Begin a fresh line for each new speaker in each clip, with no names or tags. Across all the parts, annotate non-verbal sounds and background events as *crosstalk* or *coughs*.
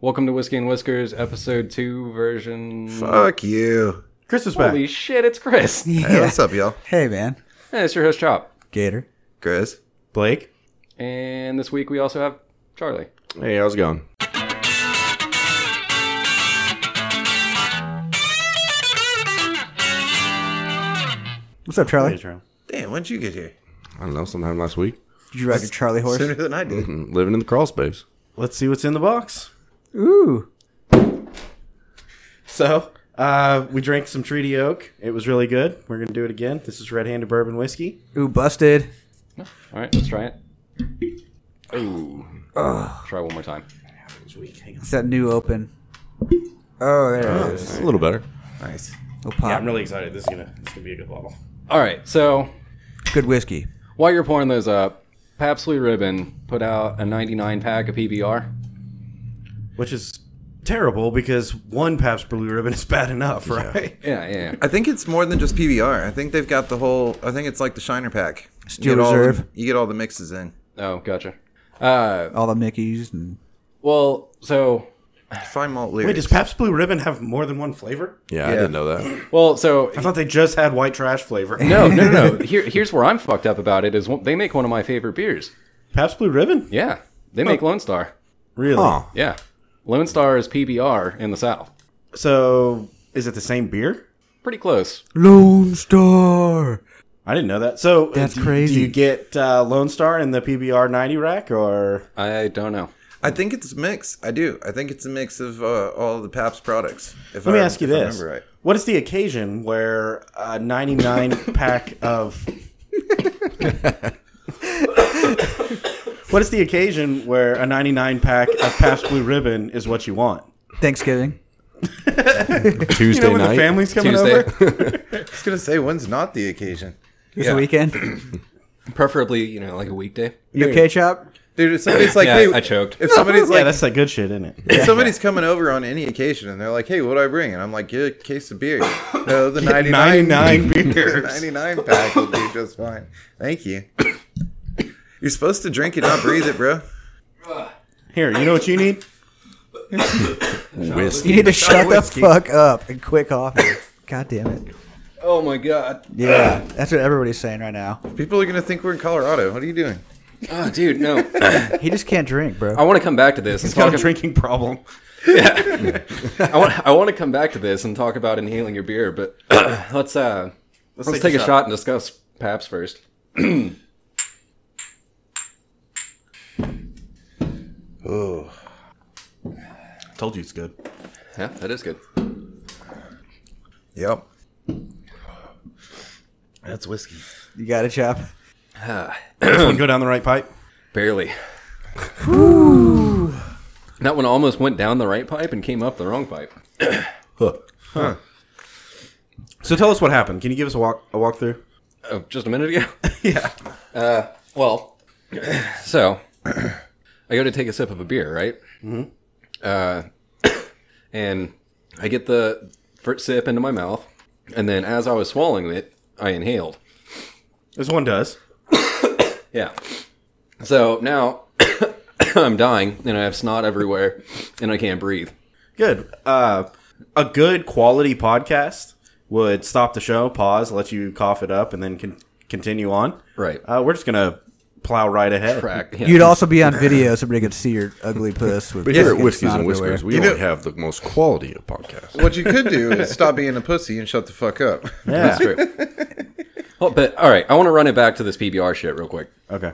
Welcome to Whiskey and Whiskers, episode two, version.
Fuck you.
Chris is
Holy
back.
shit! It's Chris. *laughs*
Hey, what's up, y'all?
Hey, man.
Hey, it's your host Chop,
Gator.
Chris.
Blake.
and this week we also have Charlie.
Hey, how's it going?
What's up, Charlie?
Damn, when'd you get here?
I don't know, sometime last week.
Did you ride your Charlie horse?
Sooner than I did.
Mm, Living in the crawl space.
Let's see what's in the box.
Ooh.
So, uh, we drank some Treaty Oak. It was really good. We're going to do it again. This is Red Handed Bourbon Whiskey.
Ooh, busted.
All right, let's try it. Ooh. Try one more time.
It's that new open. Oh, there it is.
It's a little better.
Nice.
Little pop.
really excited. This is going to this gonna be a good bottle.
All right, so
Good whiskey.
while you're pouring those up, Pabst Blue Ribbon put out a 99 pack of PBR.
Which is terrible because one Pabst Blue Ribbon *laughs* is bad enough, right?
Yeah, yeah. yeah.
*laughs* I think it's more than just PBR. I think they've got the whole. I think it's like the Shiner pack. You
Steel
get all the-
Reserve.
you get all the mixes in.
Oh, gotcha. Uh,
All the Mickeys and
well, so
Fine malt lyrics.
Wait, does Pabst Blue Ribbon have more than one flavor?
Yeah, I
Yeah.
didn't know *laughs* that.
well, so
I thought they just had white trash flavor.
no, no, no. no. Here, here's where I'm fucked up about it is one- they make one of my favorite beers.
*laughs* Pabst Blue Ribbon?
Yeah, they make Lone Star.
Really?
Huh.
Yeah. Lone Star is PBR in the South.
So, is it the same beer?
Pretty close.
Lone Star.
I didn't know that. So
That's
do-
crazy.
Do you get uh, Lone Star in the PBR ninety rack, or
I don't know.
I think it's a mix. I do. I think it's a mix of uh, all the Pabst products. If
let
I,
me ask you
if I
this:
remember right.
What is the occasion where a ninety nine
*laughs*
pack of What is the occasion where a ninety nine pack of Pabst Blue Ribbon is what you want?
Thanksgiving.
You
Tuesday
know when
night.
the family's
*laughs*
coming
Tuesday,
*laughs*
over.
I was gonna say, when's not the occasion,
It's
Yeah.
*clears throat*
a weekend.
preferably, you know, like a weekday.
You okay, Chop?
dude? If somebody's like,
Yeah,
hey,
I choked.
If somebody's
*laughs* Yeah,
like,
that's that good shit, isn't it?
if somebody's coming over on any occasion and they're like, hey, what do I bring? And I'm like, get a case of beer. No, the 99 *laughs*
99
The
beers.
99 pack will do just fine. Thank you. You're supposed to drink it, not breathe it, bro.
Here, you know what
*laughs*
you need?
Whiskey.
You need to shut the fuck up and quit coughing. God damn it.
Oh my god.
Yeah, that's what everybody's saying right now.
People are going to think we're in Colorado. What are you doing?
Oh, dude, no.
He just can't drink, bro.
I want to come back to this and
Got
talk.
a drinking problem.
I want. I want to come back to this and talk about inhaling your beer, but *clears throat* let's uh, let's, take, a, shot. and discuss Paps first. *clears throat*
Told you it's good.
Yeah, that is good. *sighs*
Yep. That's whiskey.
You got it, Chop.
This one go down the right pipe.
Barely. that one almost went down the right pipe and came up the wrong pipe.
So tell us what happened. Can you give us a walk a walkthrough?
Oh, just a minute ago.
*laughs*
Uh,
Yeah. *clears throat*
Well, so I go to take a sip of a beer, right? Mm-hmm. Uh, *clears throat* and I get the first sip into my mouth, and then as I was swallowing it, I inhaled.
This one does.
Yeah. So now *coughs* I'm dying, and I have snot everywhere, and I can't breathe.
Good. Uh, a good quality podcast would stop the show, pause, let you cough it up, and then con- continue on.
Right.
Uh, we're just gonna plow right ahead.
Crack. Yeah.
You'd also be on video so everybody could see your ugly puss. With
But
fucking
here at Whiskeys
snot
and
everywhere.
Whiskers, we
You
only
know-
have the most quality of podcasts.
What you could do is stop being a pussy and shut the fuck up.
Yeah.
That's true. *laughs* well, Oh, but all right, I want to run it back to this PBR shit real quick.
Okay.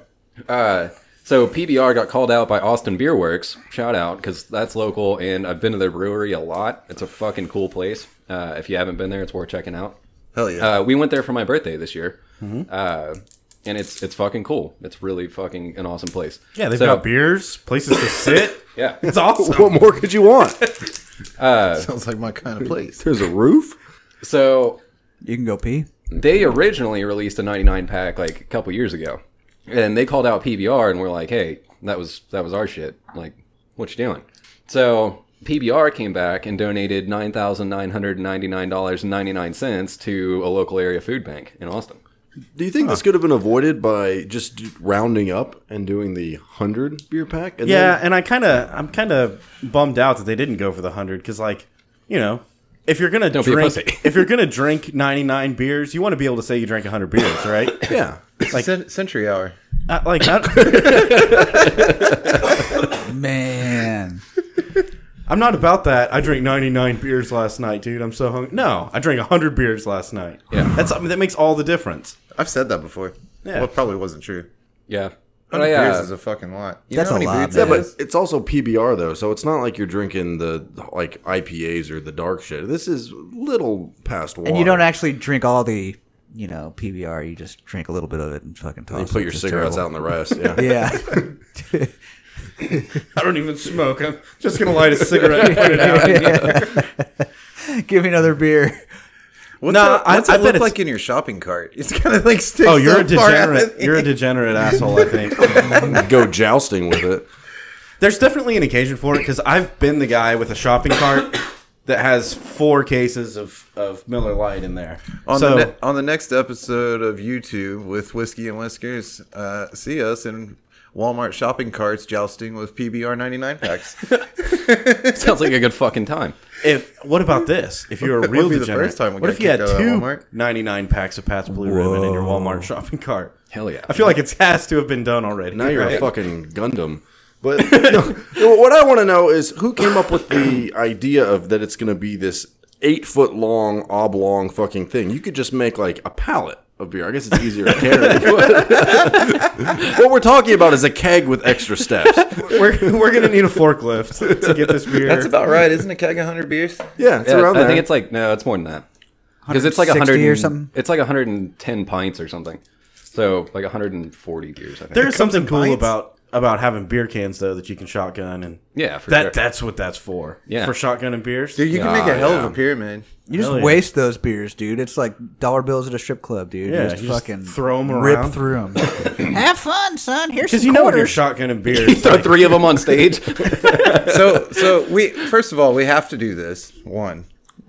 Uh, so PBR got called out by Austin Beer Works. Shout out because that's local, and I've been to their brewery a lot. It's a fucking cool place. Uh, if you haven't been there, it's worth checking out.
Hell
*laughs*
yeah.
Uh, we went there for my birthday this year, uh, and it's it's fucking cool. It's really fucking an awesome place.
Yeah, they've
So-
got beers, places to sit.
*laughs* Yeah,
It's awesome.
What more could you want?
*laughs*
*laughs*
Sounds like my kind of place.
There's a roof.
so
You can go pee.
they originally released a 99 pack like a couple years ago, and they called out PBR and were like, "Hey, that was that was our shit. Like, what you doing?" So PBR came back and donated nine thousand nine hundred ninety nine dollars and ninety nine cents to a local area food bank in Austin.
Do you think this could have been avoided by just d- rounding up and doing the hundred beer pack? And
Yeah,
then-
and I kind of I'm kind of bummed out that they didn't go for the hundred because like you know if you're gonna
Don't be a
drink
pussy.
if you're gonna drink 99 beers you want to be able to say you drank 100 beers right
*laughs*
yeah.
Like century hour.
uh, like I,
Man.
I'm not about that I drank 99 beers last night dude I'm so hungry no I drank 100 beers last night
Yeah.
that's I mean, that makes all the difference
I've said that before.
Yeah. Oh,
Well, it probably wasn't true.
Yeah. But
Hundred
I,
beers
uh, *laughs*
is a fucking lot. You
That's
know how
a
many
lot,
beers
Yeah,
that
man.
but
is?
it's also PBR though, so it's not like you're drinking the like IPAs or the dark shit. This is little past water.
And you don't actually drink all the, you know, PBR. You just drink a little bit of it and fucking toss
You
it.
put your
It's
cigarettes
terrible.
out in the rest. *laughs*
*laughs*
Yeah.
Yeah.
I don't even smoke I'm just gonna *laughs* light a cigarette and put it out
Give me another beer.
What's
Nah,
that,
I-
what's
I
that
bet
look
it's-
like in your shopping cart? It's kind of like sticks.
*laughs* oh you're a
so far out of
degenerate
the-
you're a degenerate asshole I think *laughs*
Go jousting with it.
There's definitely an occasion for it because I've been the guy with a shopping cart *coughs* that has four cases of, of Miller Lite in there.
on,
so
the ne- on the next episode of YouTube with Whiskey and Whiskers, uh, see us in Walmart shopping carts jousting with PBR 99 *laughs* packs.
sounds like a good fucking time.
if what about this? If you're a
Wouldn't
real
be the
degenerate,
first time we
what
got
if you had
kicked out of
two
Walmart?
99 packs of Pat's Blue Ribbon in your Walmart shopping cart?
Hell yeah.
I feel like it has to have been done already.
Now you're
right?
a fucking Gundam. But *laughs* no, no, what I want to know is who came up with the idea of that it's going to be this eight foot long oblong fucking thing. You could just make like a pallet of beer. I guess it's easier
*laughs*
to carry. but- what we're talking about is a keg with extra steps.
we're, we're gonna need a forklift to get this beer.
That's about right, isn't a keg 100 beers?
Yeah, it's
Yeah,
around
I
there.
think it's like no, it's more than that. Because it's like
160
hundred
or something?
It's like 110 pints or something. So like 140 beers, I think.
there is something cool
pints?
about about having beer cans though that you can shotgun and
yeah, for
that
sure.
that's what that's for.
Yeah.
for shotgun and beers.
Dude, you can make
Ah,
a hell
yeah.
of a
*laughs*
pyramid.
You just
Hell yeah.
waste those beers, dude. It's like dollar bills at a strip club, dude.
Yeah,
you just
you just
fucking
throw 'em around. *coughs*
Rip through them. Have fun, son. Here's
because you know when you're shotgun and beer,
you
it's
throw
like-
three of them on *laughs* stage.
so so we first of all we have to do this one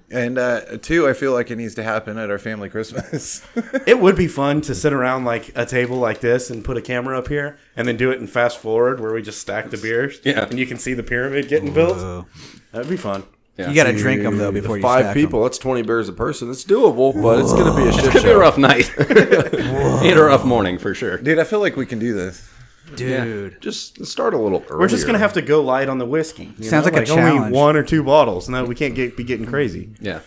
and uh two i feel like it needs to happen at our family christmas *laughs*
It would be fun to sit around like a table like this and put a camera up here and then do it in fast forward where we just stack the beers.
Yeah.
And you can see the pyramid getting built. That'd be fun.
You gotta drink them though before you
Mm, Five
stack 'em.
people. That's twenty beers a person. It's doable, but it's going to be a shit
Could be
show.
a rough *laughs* night. and a rough morning for sure.
dude i feel like we can do this
dude.
Just start a little. Earlier.
We're just gonna have to go light on the whiskey. you
Sounds
know?
like a
only
challenge.
one or two bottles. No, we can't get be getting crazy.
Yeah,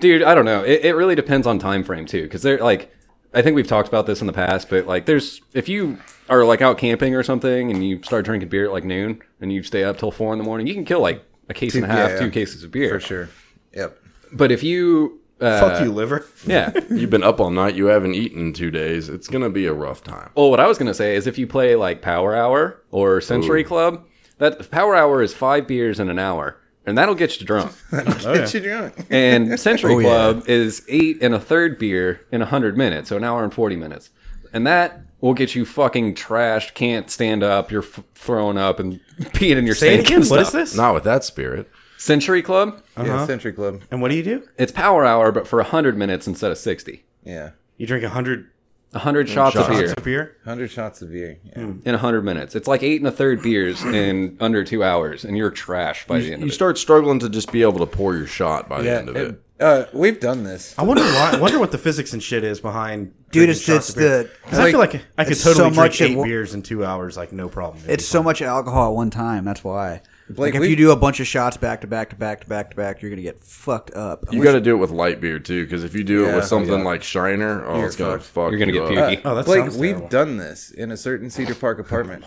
dude. I don't know. It, it really depends on time frame too, because they're like, I think we've talked about this in the past, but like, there's if you are like out camping or something and you start drinking beer at like noon and you stay up till four in the morning, you can kill like a case and a half,
yeah,
two
yeah.
cases of beer
for sure yep *laughs*
But if you, uh,
Fuck you, *laughs* liver.
yeah.
You've been up all night. You haven't eaten in two days. It's going to be a rough time.
Well, what I was gonna say is if you play like Power Hour or Century Club, that Power Hour is five beers in an hour, and that'll get you drunk.
Oh,
get you drunk
And Century
Oh, yeah.
Club is eight and a third beer in 100 minutes, so an hour and 40 minutes. And that will get you fucking trashed, can't stand up, you're f- throwing up and *laughs* peeing in your
Say it
sink
again.
and
What is
stuff.
this?
Not with that spirit.
Century Club,
Uh-huh.
yeah century club
And what do you do?
it's power hour, but for 100 minutes instead of 60.
yeah
You drink a hundred
100 shots, of
shots
beer
of beer.
100 shots of beer yeah.
Hmm.
in 100 minutes. It's like eight and a third beers in under two hours, and you're trash by the end
You
of it.
start struggling to just be able to pour your shot by the end of it.
uh we've done this
I wonder why I wonder what the physics and shit is behind
*laughs* Dude,
drinking
it's-
shots
it's
of beer.
the-
'Cause I feel
like,
like I could
it's so
totally drink
much it
eight
wo-
beers in two hours, like no problem. *laughs*
It's so much alcohol at one time. That's why.
Blake,
like if
we-
you do a bunch of shots back to back to back to back to back, you're gonna get fucked up.
You got to do it with light beer too, because if you do it
Yeah,
with something
yeah.
like Shiner, oh, it's gonna
fucked.
fuck.
You're going to
you
get
up.
pukey.
Oh, that
Uh, Blake,
sounds
we've
terrible.
done this in a certain Cedar Park apartment.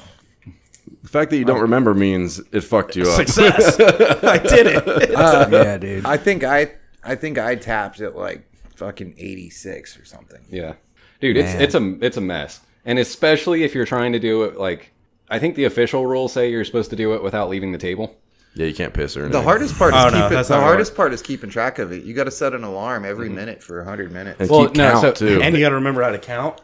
The fact that you don't remember means it fucked you up.
success. *laughs* I did *laughs* it.
yeah, dude.
I think I, I think I tapped at like fucking eighty six or something.
Yeah, dude, it's
Man.
it's a it's a mess, and especially if you're trying to do it like I think the official rules say you're supposed to do it without leaving the table.
Yeah, you can't piss or anything.
The hardest part is
Oh, no,
keeping,
that's
the
not Mm-hmm. gonna
hardest part is keeping track of it. You got to set an alarm every minute for hundred minutes.
and
Well,
keep
no,
count
so-
too.
And you got to remember how to count.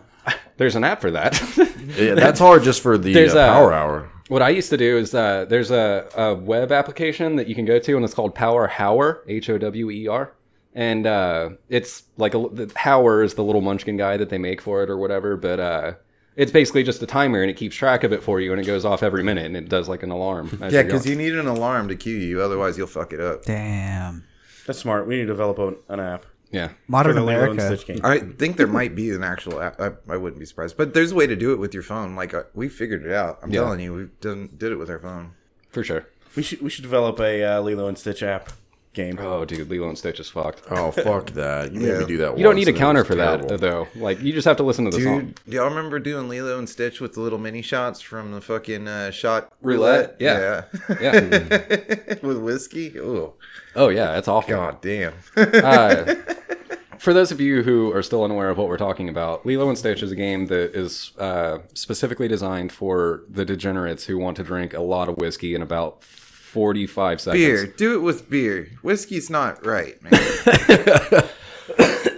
There's an app for that. *laughs*
yeah, that's hard just for the
There's
uh,
a-
power hour.
what I used to do is uh, there's a, a web application that you can go to, and it's called Power Hour, H O W E R, and uh, it's like a, l- the Hauer is the little Munchkin guy that they make for it or whatever, but uh, it's basically just a timer and it keeps track of it for you and it goes off every minute and it does like an alarm. as
Yeah,
you're
because
going.
you need an alarm to cue you, otherwise you'll fuck it up.
Damn.
That's smart. We need to develop a- an app
yeah,
Modern
Lilo and
America.
Stitch game.
I think there might be an actual app. I, I wouldn't be surprised, but there's a way to do it with your phone. Like uh, we figured it out. I'm
Yeah.
telling you, we done did it with our phone.
for sure.
We should we should develop a uh, Lilo and Stitch app game.
Oh, dude, Lilo and Stitch is fucked.
Oh fuck that! You made
Yeah.
me do that.
You don't
once
need a
and it
counter
was
for
terrible.
that though. Like you just have to listen to the song.
Dude, y'all remember doing Lilo and Stitch with the little mini shots from the fucking uh, shot
Roulette?
Yeah. Mm.
Yeah.
*laughs* with whiskey? Oh,
Oh yeah, it's awful.
god damn. *laughs*
Uh, for those of you who are still unaware of what we're talking about, Lilo and Stitch is a game that is uh, specifically designed for the degenerates who want to drink a lot of whiskey in about 45 seconds.
beer. Do it with beer. Whiskey's not right, *laughs*
*coughs*
man. it's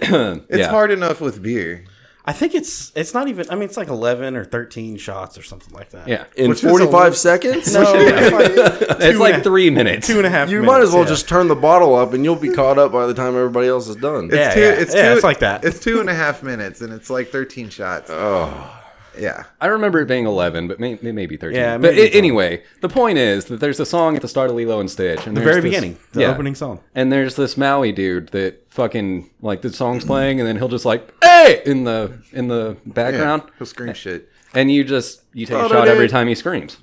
Yeah.
hard enough with beer.
I think it's it's not even. I mean, it's like eleven or thirteen shots or something like that. *laughs*
Yeah.
in
Which is a
45
little-
seconds.
No,
Oh,
it's like
it's
and
like
a-
three minutes.
two and a half.
you
minutes,
might as well
yeah.
just turn the bottle up, and you'll be caught up by the time everybody else is done.
Yeah, yeah. Yeah, it's like that.
It's two and a half minutes, and it's like thirteen shots. Oh, yeah.
I remember it being 11, but may, maybe 13.
Yeah,
but
maybe
i-
it's
anyway, the point is that there's a song at the start of Lilo and Stitch. And
the very beginning, the opening song.
And there's this Maui dude that fucking like the song's playing, and then he'll just like hey in the in the
yeah.
background,
He'll scream shit.
and you just you take a
Oh,
shot
no,
every
dude.
time he screams,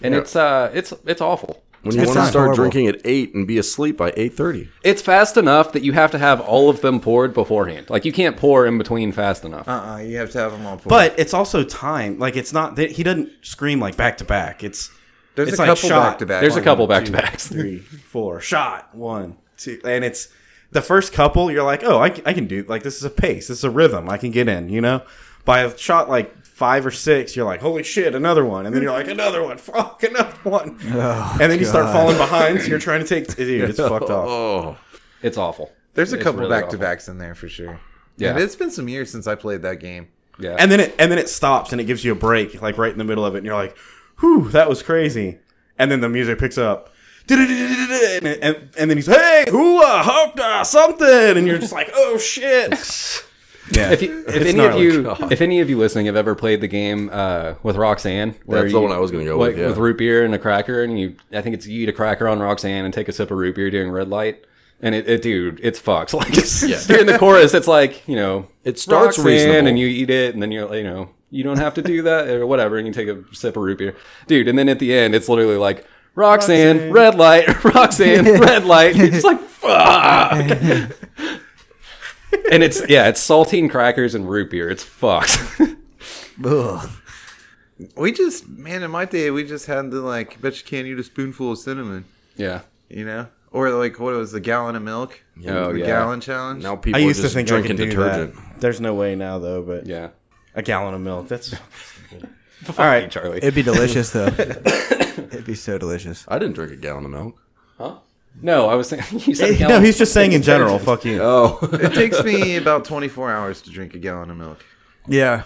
and it's uh it's it's awful.
When you
That
want to
sounds
start
horrible.
drinking at eight and be asleep by eight thirty.
It's fast enough that you have to have all of them poured beforehand. Like you can't pour in between fast enough.
Uh, uh you have to have them all. Poured.
But it's also time. Like it's not that he doesn't scream like back to back. It's
There's
it's
a
like
couple
shot.
back-to-back.
There's a
One,
couple
One,
back
two,
to backs.
three, four, shot, one, two, and it's the first couple. You're like, oh, I, c- I can do like this is a pace, this is a rhythm I can get in, you know. By a shot like five or six, you're like, holy shit, another one, and then you're like, another one, fuck, another
*laughs*
one,
Oh,
and then you start falling behind. So you're trying to take, dude, it's fucked off.
Oh,
It's awful.
There's a
It's
couple
really
back to backs in there for sure.
Yeah.
And it's been some years since I played that game.
Yeah.
And then it and then it stops and it gives you a break, like right in the middle of it, and you're like, whew, that was crazy, and then the music picks up. And, and, and then he's hey, hoo-ah, hop-da, something, and you're just like,
*laughs*
oh shit. Yeah.
if, you, if
It's
any of
gnarly.
you, if any of you listening have ever played the game uh, with Roxanne, where
That's the
you-
one I was gonna go
like,
with, yeah.
with root beer and a cracker, and you, I think it's you eat a cracker on Roxanne and take a sip of root beer during red light, and it, it dude, it's fucked. *laughs* Like it's, during the chorus, it's like you know,
It starts
Roxanne,
reasonable.
and you eat it, and then you're you know, you don't have to do that or whatever, and you take a sip of root beer, dude, and then at the end, it's literally like. Roxanne,
Roxanne.
red light, *laughs* Roxanne, red light. You're just like, fuck. and it's, yeah, it's saltine crackers and root beer. It's fucked. *laughs*
Ugh.
We just, man, in my day, we just had the like, bet you can't eat a spoonful of cinnamon,
Yeah.
you know, or like what was the gallon of milk?
Oh,
the
yeah.
gallon challenge.
now
No,
people
I used
are
to
just
think I could
drinking
do
detergent.
that. There's no way now though, but
Yeah.
a gallon of milk.
*laughs*
That's all right.
Charlie.
It'd be delicious though. It'd be so delicious.
I didn't drink a gallon of milk.
no, I was thinking *laughs* you said
No,
gallon.
he's just saying in general. Fuck you.
Oh,
it takes me *laughs* about 24 hours to drink a gallon of milk.
Yeah.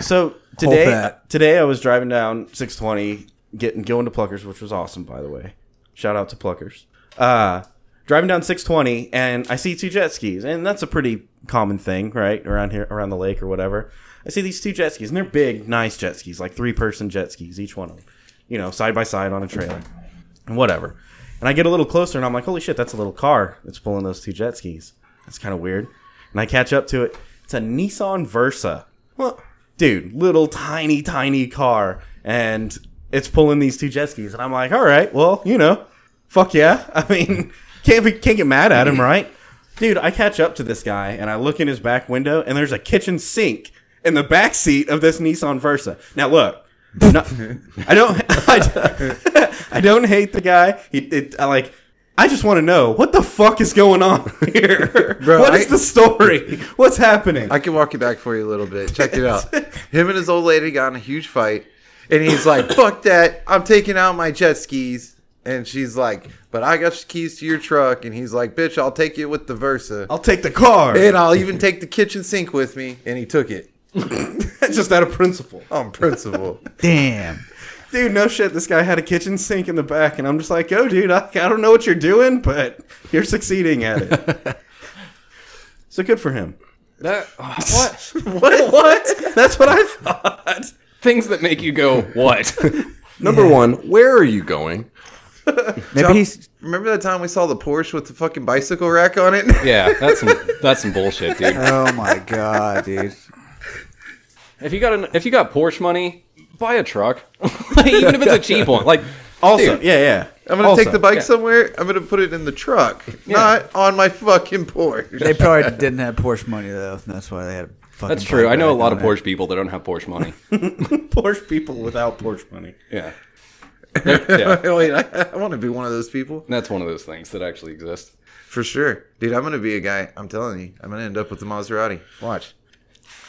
So today,
fat.
today I was driving down 620, getting going to Pluckers, which was awesome, by the way. Shout out to Pluckers. Uh, driving down 620, and I see two jet skis, and that's a pretty common thing, right, around here, around the lake or whatever. I see these two jet skis, and they're big, nice jet skis, like three person jet skis, each one of them, you know, side by side on a trailer. and whatever. And I get a little closer and I'm like, holy shit, that's a little car that's pulling those two jet skis. That's kind of weird. And I catch up to it. It's a Nissan Versa. What? Dude, little tiny, tiny car. And it's pulling these two jet skis. And I'm like, all right, well, you know, fuck yeah. *laughs* I mean, can't, be, can't get
*laughs*
mad at him, right? Dude, I catch up to this guy and I look in his back window and there's a kitchen sink in the back seat of this Nissan Versa.
*laughs*
Now, look, no, I don't. *laughs* I, *laughs* I don't hate the guy. He, it, I like. I just want to know what the fuck is going on *laughs* here.
Bro,
what is
I-
the story? What's happening?
I can walk it back for you a little bit. Check it out.
*laughs*
Him and his old lady got in a huge fight, and he's like, "Fuck that! I'm taking out my jet skis." And she's like, "But I got the keys to your truck." And he's like, "Bitch, I'll take you with the Versa,
will take the car.
and I'll even take the kitchen sink with me." And he took it
*laughs* just out of principle,
on *laughs* principle.
Damn.
dude. No shit. This guy had a kitchen sink in the back, and I'm just like, oh, dude, I, I don't know what you're doing, but you're succeeding at it. So good for him.
That *laughs* oh, what
What? what? That's what I thought.
things that make you go what? *laughs*
Number one, where are you going?
*laughs*
Maybe he's
Remember that time we saw the Porsche with the fucking bicycle rack on it?
yeah, that's some that's some bullshit, dude.
Oh my god, dude.
If you got an, if you got Porsche money, buy a truck, *laughs*
*laughs*
even if it's a cheap one. Like
Also,
dude,
yeah, yeah.
*laughs* I'm gonna
Also,
take the bike
yeah.
somewhere. I'm gonna put it in the *laughs* truck, not on my fucking Porsche.
They probably didn't have Porsche money though. and That's why they had. a Fucking
that's true. I know a lot of
bike rack on it.
Porsche people that don't have Porsche money.
Porsche people without Porsche money.
Yeah, They're- *laughs* yeah,
Wait, *laughs* I, I want to be one of those people
that's one of those things that actually exists.
for sure, dude. I'm gonna be a guy. I'm telling you, I'm gonna end up with the Maserati. Watch.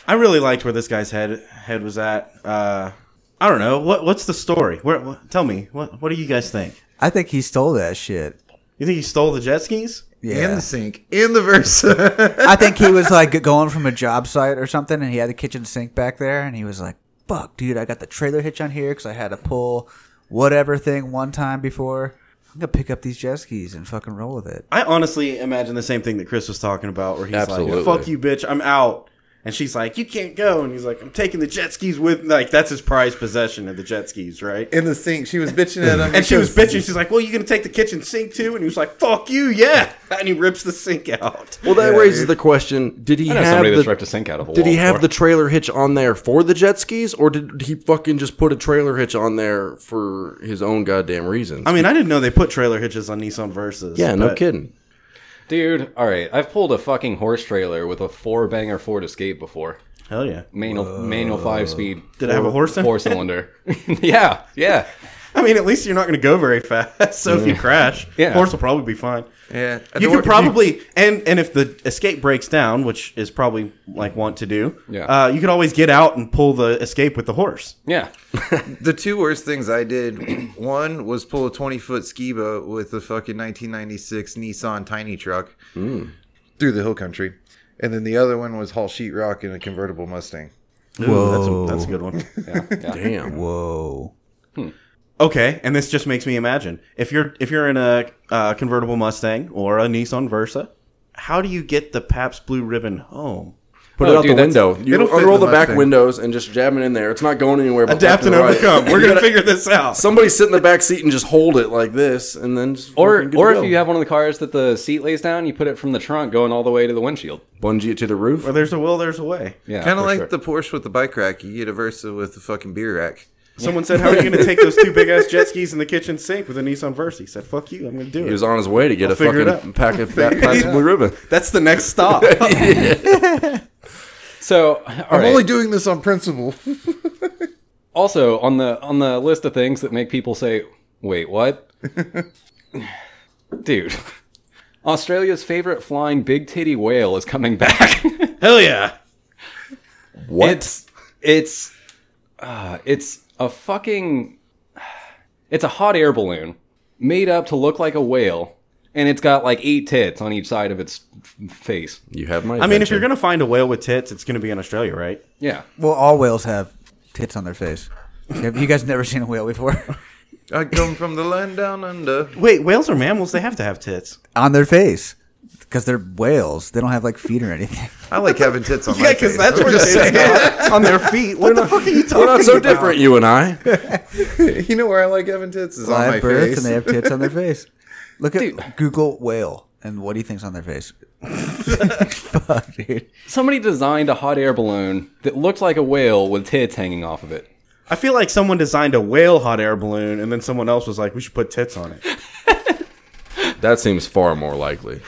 I really liked where this guy's head head was at. Uh, I don't know what what's the story. Where, what, tell me what what do you guys think?
I think he stole that shit.
You think he stole the jet skis?
And
Yeah,
the sink, and the Versa.
I think he was like going from a job site or something, and he had the kitchen sink back there, and he was like, "Fuck, dude, I got the trailer hitch on here because I had to pull whatever thing one time before. I'm gonna pick up these jet skis and fucking roll with it."
I honestly imagine the same thing that Chris was talking about, where he's
Absolutely.
like, "Fuck you, bitch, I'm out," and she's like, "You can't go," and he's like, "I'm taking the jet skis with." Like that's his prized possession of the jet skis, right?
*laughs* in the sink, she was bitching at *laughs* him,
And she was
because-
bitching. She's like, "Well, you gonna take the kitchen sink too?" And he was like, "Fuck you, yeah!" *laughs* And he rips the sink out.
Well, that raises the question: Did he
I know
have
somebody
the,
that's ripped a sink out of a
Did he
wall
have
before.
the trailer hitch on there for the jet skis, or did he fucking just put a trailer hitch on there for his own goddamn reasons?
I mean, I didn't know they put trailer hitches on Nissan Versas.
yeah, no
but-
kidding.
Oh, Dude, all right, I've pulled a fucking horse trailer with a four banger Ford Escape before.
Hell yeah.
Manual manual five speed.
Did it have a horse in it?
Four cylinder. *laughs* yeah, yeah.
I mean, at least you're not going to go very fast. *laughs* So if you crash,
*laughs* Yeah.
horse will probably be fine.
Yeah,
You can probably and and if the escape breaks down, which is probably like want to do,
Yeah.
uh, you could always get out and pull the escape with the horse.
Yeah.
The two worst things I did one was pull a 20 foot ski boat with a fucking 1996 Nissan tiny truck
Hmm.
through the hill country. And then the other one was haul sheetrock in a convertible Mustang.
Ooh,
Whoa.
that's, a, that's a good one. *laughs*
Damn.
Whoa.
okay, and this just makes me imagine if you're if you're in a uh, convertible Mustang or a Nissan Versa, how do you get the Pabst Blue Ribbon home?
Put
Oh,
it out
dude,
the
that's-
window. You
it'll fit
unroll
in the
the back
Mustang.
windows and just jam it in there. It's not going anywhere. But
Adapt
left
and
to the right.
overcome.
*laughs*
We're
You
gonna
gotta-
figure this out.
Somebody sit in the back seat and just hold it like this, and then just fucking
Or
good
or
to
if
go.
you have one of the cars that the seat lays down, you put it from the trunk going all the way to the windshield.
bungee it to the roof.
Where there's a will, there's a way.
Yeah.
kind of
for
like
sure.
the Porsche with the bike rack. You get a Versa with the fucking beer rack.
Someone said, "How are you going to take those two big ass jet skis in the kitchen sink with a Nissan Versa?" He said, "Fuck you, I'm going to do
He
it."
was on his way to get a
figure it
fucking pack of that pack of blue ribbon.
That's the next stop.
So all
I'm
right.
only doing this on principle. *laughs*
also on the on the list of things that make people say, "Wait, *laughs* what?" Dude, Australia's favorite flying big titty whale is coming back. *laughs*
Hell yeah!
What?
It's it's uh, it's a fucking it's a hot air balloon made up to look like a whale, and it's got like eight tits on each side of its f- face.
you have my.
I mean, if you're going to find a whale with tits, it's going to be in Australia, right?
Yeah,
Well, all whales have tits on their face. Have you guys never seen a whale
*laughs*
before?
I come from the land down under.
Wait, whales are mammals. They have to have *laughs* tits.
on their face. Because they're whales. They don't have like feet or anything.
I like having tits
*laughs*
on my face. I'm just
are. *laughs* on their feet. What the fuck are you talking
we're
*laughs*
not so different, you and I.
saying. You know where I like having tits is on
Live
my
birth
face.
and they have tits on their face. Look at Google whale and what do you think's on their face? Fuck, dude.
somebody designed a hot air balloon that looked like a whale with tits hanging off of it.
I feel like someone designed a whale hot air balloon, and then someone else was like, "We should put tits on it."
That seems far more likely.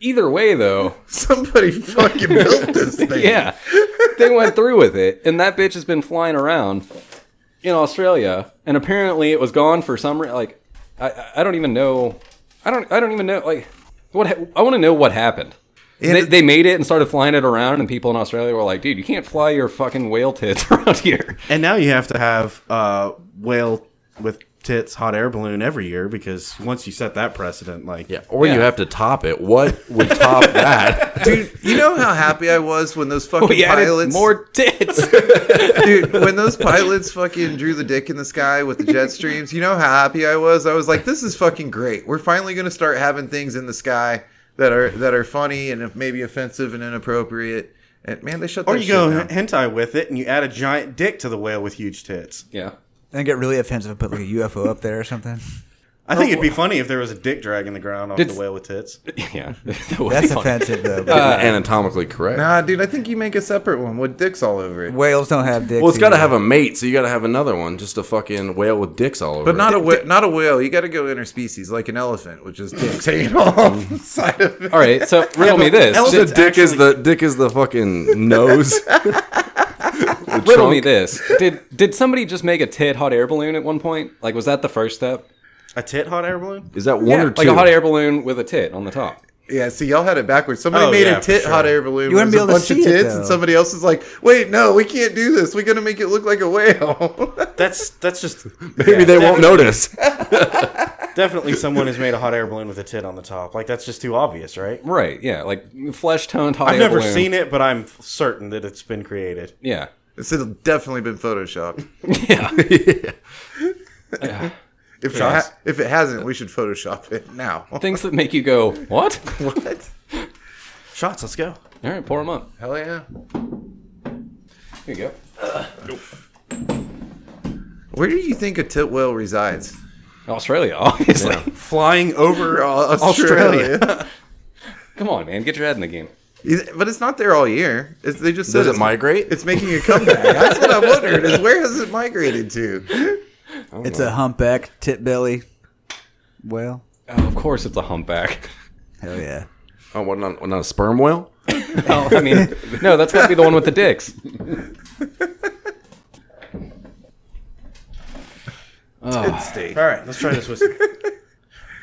Either way, though,
*laughs* Somebody fucking built
*laughs*
this thing.
yeah, *laughs* they went through with it, and that bitch has been flying around in Australia, and apparently it was gone for some re- like I- I I don't even know I don't I don't even know like what ha- I want to know what happened. They, they made it and started flying it around, and people in Australia were like, "Dude, you can't fly your fucking whale tits *laughs* around here."
*laughs* And now you have to have uh, whale with tits hot air balloon every year because once you set that precedent, like
Yeah, or you
Yeah.
have to top it. What would *laughs* top that?
Dude, you know how happy I was when those
Oh,
fucking
We added
pilots
more tits. *laughs*
Dude, when those pilots fucking drew the dick in the sky with the jet streams, you know how happy I was? I was like, this is fucking great. We're finally going to start having things in the sky that are that are funny and if maybe offensive and inappropriate. And man, they shut.
Or
that
you
shit
go
down.
hentai with it and you add a giant dick to the whale with huge tits.
Yeah.
And get really offensive and put like a UFO up there or something.
I think it'd be funny if there was a dick dragging the ground off
Did-
the whale with tits.
Yeah. *laughs* That would
That's
be fun.
offensive though.
Uh,
but
anatomically correct.
Nah, dude, I think you make a separate one with dicks all over it.
whales don't have dicks.
well, it's got to
either.
have a mate, so you got to have another one. Just a fucking whale with dicks all over.
But not
it.
a wh- not a whale. You got to go interspecies, like an elephant, which is dicks hanging
*laughs*
off the side of it.
All right. So riddle me this.
Elsa-
The
Just
It's
dick is the
actually-
dick is the fucking nose. The
riddle me
trunk.
this. Did did somebody just make a tit hot air balloon at one point? Like, was that the first step?
A tit hot air balloon?
Is that one
Yeah,
or two?
Like a hot air balloon with a tit on the top.
Yeah, see, y'all had it backwards. Somebody
Oh,
made
yeah,
a
for
tit
sure.
hot air balloon.
You wouldn't
with
be
a
able to
bunch of
see it,
tits,
though.
and somebody else is like, "Wait, no, we can't do this. We got to make it look like a whale." *laughs*
That's that's just
Maybe they
definitely-
won't notice.
Definitely someone has made a hot air balloon with a tit on the top. Like that's just too obvious, right?
Right. Yeah. Like flesh toned hot
I've
air
never
balloon.
seen it, but I'm certain that it's been created.
Yeah. *laughs*
This has definitely been photoshopped.
Yeah.
If it, ha- if it hasn't, we should Photoshop it now. *laughs*
Things that make you go, what?
what?
Shots, let's go.
All right, pour them up.
Hell yeah!
Here you go.
Where do you think a tit whale resides?
Australia, *laughs* obviously.
Flying over
Australia.
Come on, man. Get your head in the game.
*laughs* Is- But it's not there all year. It's, they just said
Does it
it's-
migrate?
It's making a comeback. That's what I wondered. Is where has it migrated to?
Oh,
It's a humpback tit belly whale.
Oh, of course, it's a humpback. *laughs*
Hell yeah.
Oh, what, not, what, not a sperm whale?
Oh, I mean, no, that's got to be the one with the dicks.
Tit steak.
All right, let's try this whiskey.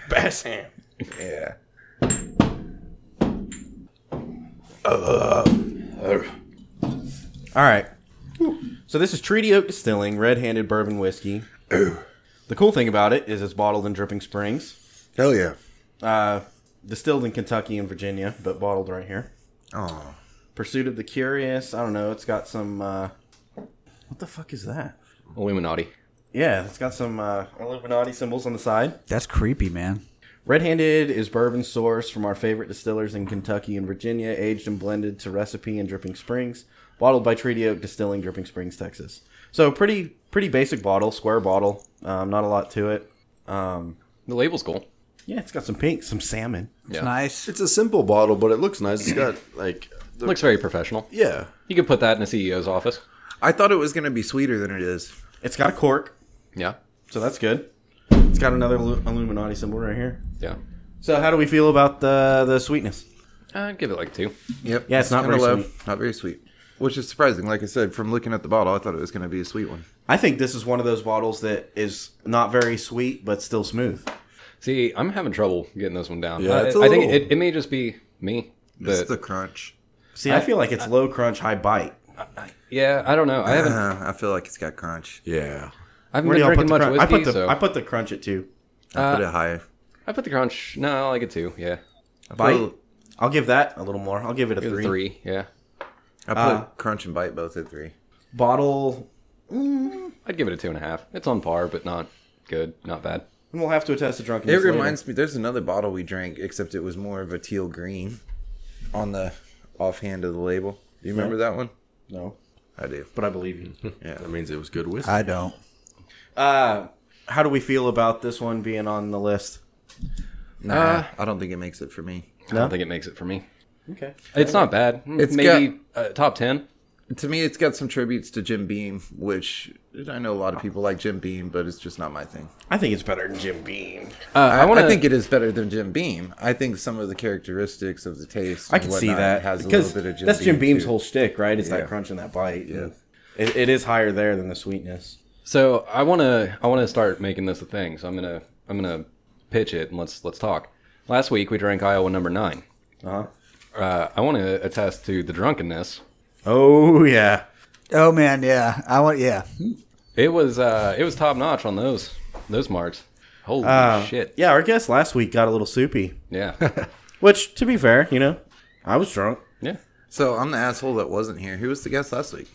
Bass ham.
Yeah.
All right. So this is Treaty Oak Distilling red-handed
*clears throat*
bourbon whiskey. the cool thing about it is it's bottled in Dripping Springs,
Hell yeah.
uh, distilled in Kentucky and Virginia, but bottled right here.
Oh.
Pursuit of the Curious. I don't know. It's got some. Uh, what the fuck is that?
Illuminati.
Yeah, it's got some uh, Illuminati symbols on the side.
That's creepy, man.
Red Handed is bourbon sourced from our favorite distillers in Kentucky and Virginia, aged and blended to recipe in Dripping Springs, bottled by Treaty Oak Distilling, Dripping Springs, Texas. So pretty, pretty basic bottle, square bottle. Um, not a lot to it. Um,
The label's cool.
yeah, it's got some pink, some salmon.
It's nice.
It's a simple bottle, but it looks nice. It's got like the-
Looks very professional.
yeah.
You could put that in a CEO's office.
I thought it was going to be sweeter than it is.
It's got a cork,
Yeah.
so that's good. It's got another Illu- Illuminati symbol right here.
Yeah.
So how do we feel about the the sweetness?
I'd give it like two.
Yep.
Yeah, it's not
kinda
very
low, Not very sweet. Which is surprising. Like I said, from looking at the bottle, I thought it was going to be a sweet one.
I think this is one of those bottles that is not very sweet but still smooth.
See, I'm having trouble getting this one down.
Yeah,
I,
it's a
I think
little-
it, it may just be me.
It's
But
the crunch.
See, I, feel like it's low crunch, high bite.
yeah, I don't know. I haven't.
Uh, I feel like it's got crunch.
Yeah.
I haven't
Where
been
do y'all put
drinking
the
much
crunch?
whiskey,
I put the
so
I put the crunch at two.
I
Uh,
put it high.
I put the crunch. No, like a two. Yeah,
I put,
Bite. I'll give that a little more. I'll give it a three.
three. Yeah,
I put
Uh,
crunch and bite both at three.
Bottle.
I'd give it a two and a half. It's on par, but not good, not bad.
And we'll have to attest to
It
drunkenness.
reminds me. There's another bottle we drank, except it was more of a teal green on the offhand of the label. Do you remember that one?
later. No,
I do.
but I
*laughs*
believe you.
That means it was good whiskey.
I don't.
Uh, how do we feel about this one being on the list?
Nah,
Uh,
I don't think it makes it for me.
I don't think it makes it for me.
Okay.
It's not bad. It's
It's
maybe uh, top ten.
To me, it's got some tributes to Jim Beam, which I know a lot of people like Jim Beam, but it's just not my thing.
I think it's better than Jim Beam.
Uh, I,
I,
want to
think it is better than Jim Beam. I think some of the characteristics of the taste.
I
and
can see
whatnot
that
has a
because
little bit of Jim
that's Jim
Beam,
Beam's
too.
whole shtick, right? It's
Yeah.
that crunch and that bite. Yeah. It, it is higher there than the sweetness.
So I want to I want to start making this a thing. So I'm gonna I'm gonna pitch it and let's let's talk. Last week we drank Iowa number nine.
Uh huh.
Uh, I want to attest to the drunkenness.
Oh yeah.
Oh man, yeah. I want yeah.
It was uh, it was top notch on those those marks. Holy
Uh,
shit!
Yeah, our guest last week got a little soupy.
Yeah, *laughs*
Which, to be fair, you know, I was drunk.
yeah.
So I'm the asshole that wasn't here. Who was the guest last week?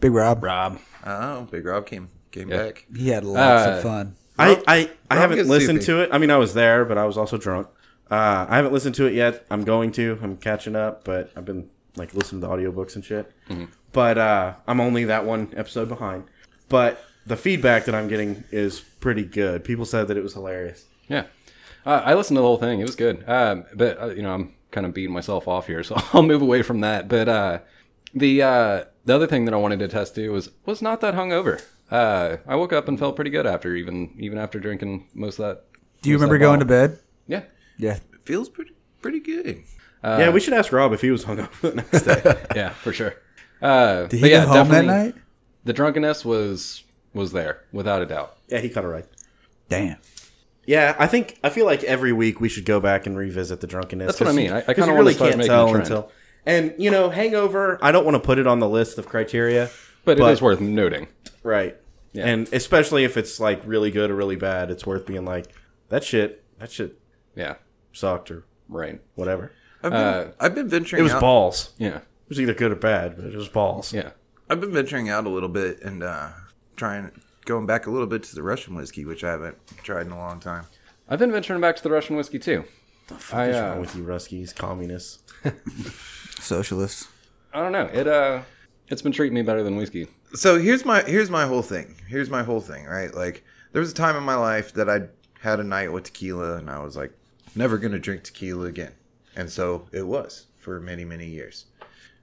Big Rob.
Rob,
Oh, Big Rob came came
Yeah.
back.
He had lots
Uh,
of fun.
I I, I
Rob
haven't
gets
listened
soupy.
to it. I mean, I was there, but I was also drunk. Uh, I haven't listened to it yet. I'm going to. I'm catching up, but I've been like listening to audiobooks and shit.
Mm-hmm.
But uh, I'm only that one episode behind. But the feedback that I'm getting is pretty good. People said that it was hilarious.
Yeah, uh, I listened to the whole thing. It was good, um, but uh, you know I'm kind of beating myself off here, *laughs* so I'll move away from that. But uh, the uh, the other thing that I wanted to test too was was not that hungover. Uh, I woke up and felt pretty good after even even after drinking most of that.
Do you
most of
remember
that
going to
bottle.
bed?
Yeah,
Yeah.
It feels pretty pretty good.
Uh,
yeah, we should ask Rob if he was hungover the next
*laughs*
day.
yeah, for sure. Uh,
Did
but
he
yeah,
go home that
definitely
night?
The drunkenness was was there without a doubt.
yeah, he caught it right.
Damn.
Yeah, I think I feel like every week we should go back and revisit the drunkenness.
That's what I
'cause
mean.
you-
I- I
'cause
kinda
you
wanna start making a trend.
And you know, hangover. I don't want to put it on the list of criteria,
But,
But-
it is worth noting.
right? And especially if it's like really good or really bad, it's worth being like that shit. That shit
Yeah,
sucked or
right.
whatever.
I've been, I've been venturing
It was
out.
balls.
Yeah,
It was either good or bad, but it was balls.
yeah.
I've been venturing out a little bit and uh, trying going back a little bit to the Russian whiskey, which I haven't tried in a long time.
I've been venturing back to the Russian whiskey too. I,
What's
uh,
wrong with you, Ruskies, communists?
Socialist.
I don't know. It uh, it's been treating me better than whiskey.
so here's my here's my whole thing. Here's my whole thing, right? Like there was a time in my life that I had a night with tequila and I was like never going to drink tequila again. And so it was for many many years.